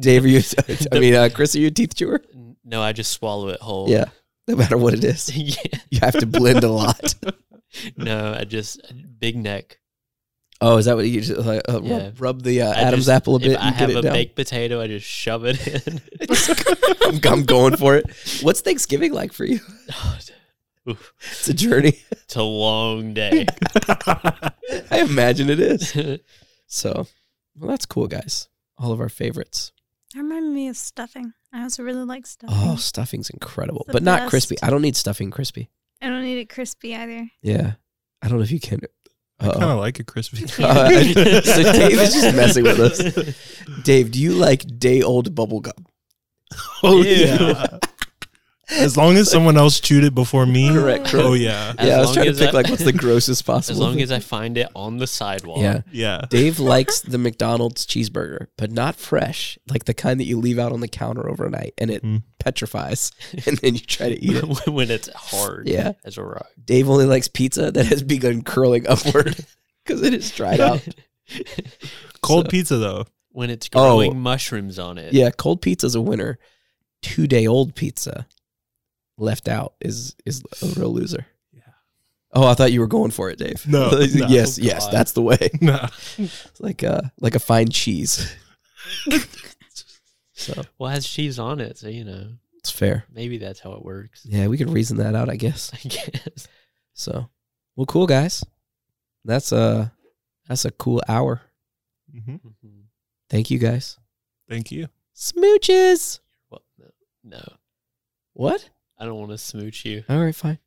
Dave, are you? I mean, uh, Chris, are you a teeth chewer?
no, I just swallow it whole.
Yeah. No matter what it is,
Yeah.
you have to blend a lot.
No, I just big neck.
Oh, is that what you just like? Uh,
Yeah.
rub, rub the uh,
I
Adam's
just-
apple a bit.
If I
and get
have
it
a
down.
baked potato, I just shove it in.
I'm, I'm going for it. What's Thanksgiving like for you?
Oof,
It's a journey.
it's a long day.
I imagine it is. So, well, that's cool, guys. All of our favorites.
That reminded me of stuffing. I also really like stuffing.
Oh, stuffing's incredible,
It's Uh-huh. the
but not
best.
crispy. I don't need stuffing crispy.
I don't need it crispy either.
Yeah, I don't know if you can.
I kind
Uh-oh.
of like a crispy.
Uh, so Dave is just messing with us. Dave, do you like day old bubble gum?
Oh
Ew.
yeah. As long as someone else chewed it before me.
Correct, correct.
Oh yeah.
As
yeah, I was
long
trying to
as
pick
I-
like what's the grossest possible.
as long
thing.
as I find it on the sidewalk.
yeah.
Yeah.
Dave likes the McDonald's cheeseburger, but not fresh, like the kind that you leave out on the counter overnight and it
Mm.
petrifies and then you try to eat it.
when it's hard
Yeah.
as a rock.
Dave only likes pizza that has begun curling upward because it is dried out.
Cold
So-
pizza though.
when it's
Oh.
growing mushrooms on it.
Yeah, cold pizza's a winner. Two day old pizza left out is is a real loser.
Yeah. Oh,
Oh, I thought you were going for it, Dave.
No, no.
yes, yes,
God.
that's the way.
Nah.
It's like a like a fine cheese. so
Well, it has cheese on it, so you know
it's fair.
maybe that's how it works.
Yeah, we could reason that out, I guess.
I guess.
So, well, cool guys. That's a that's a cool hour.
Mhm.
Mm-hmm.
Mhm.
Thank you guys.
Thank you.
Smooches.
Well, no, no,
What?
I don't want to smooch you.
All right, fine.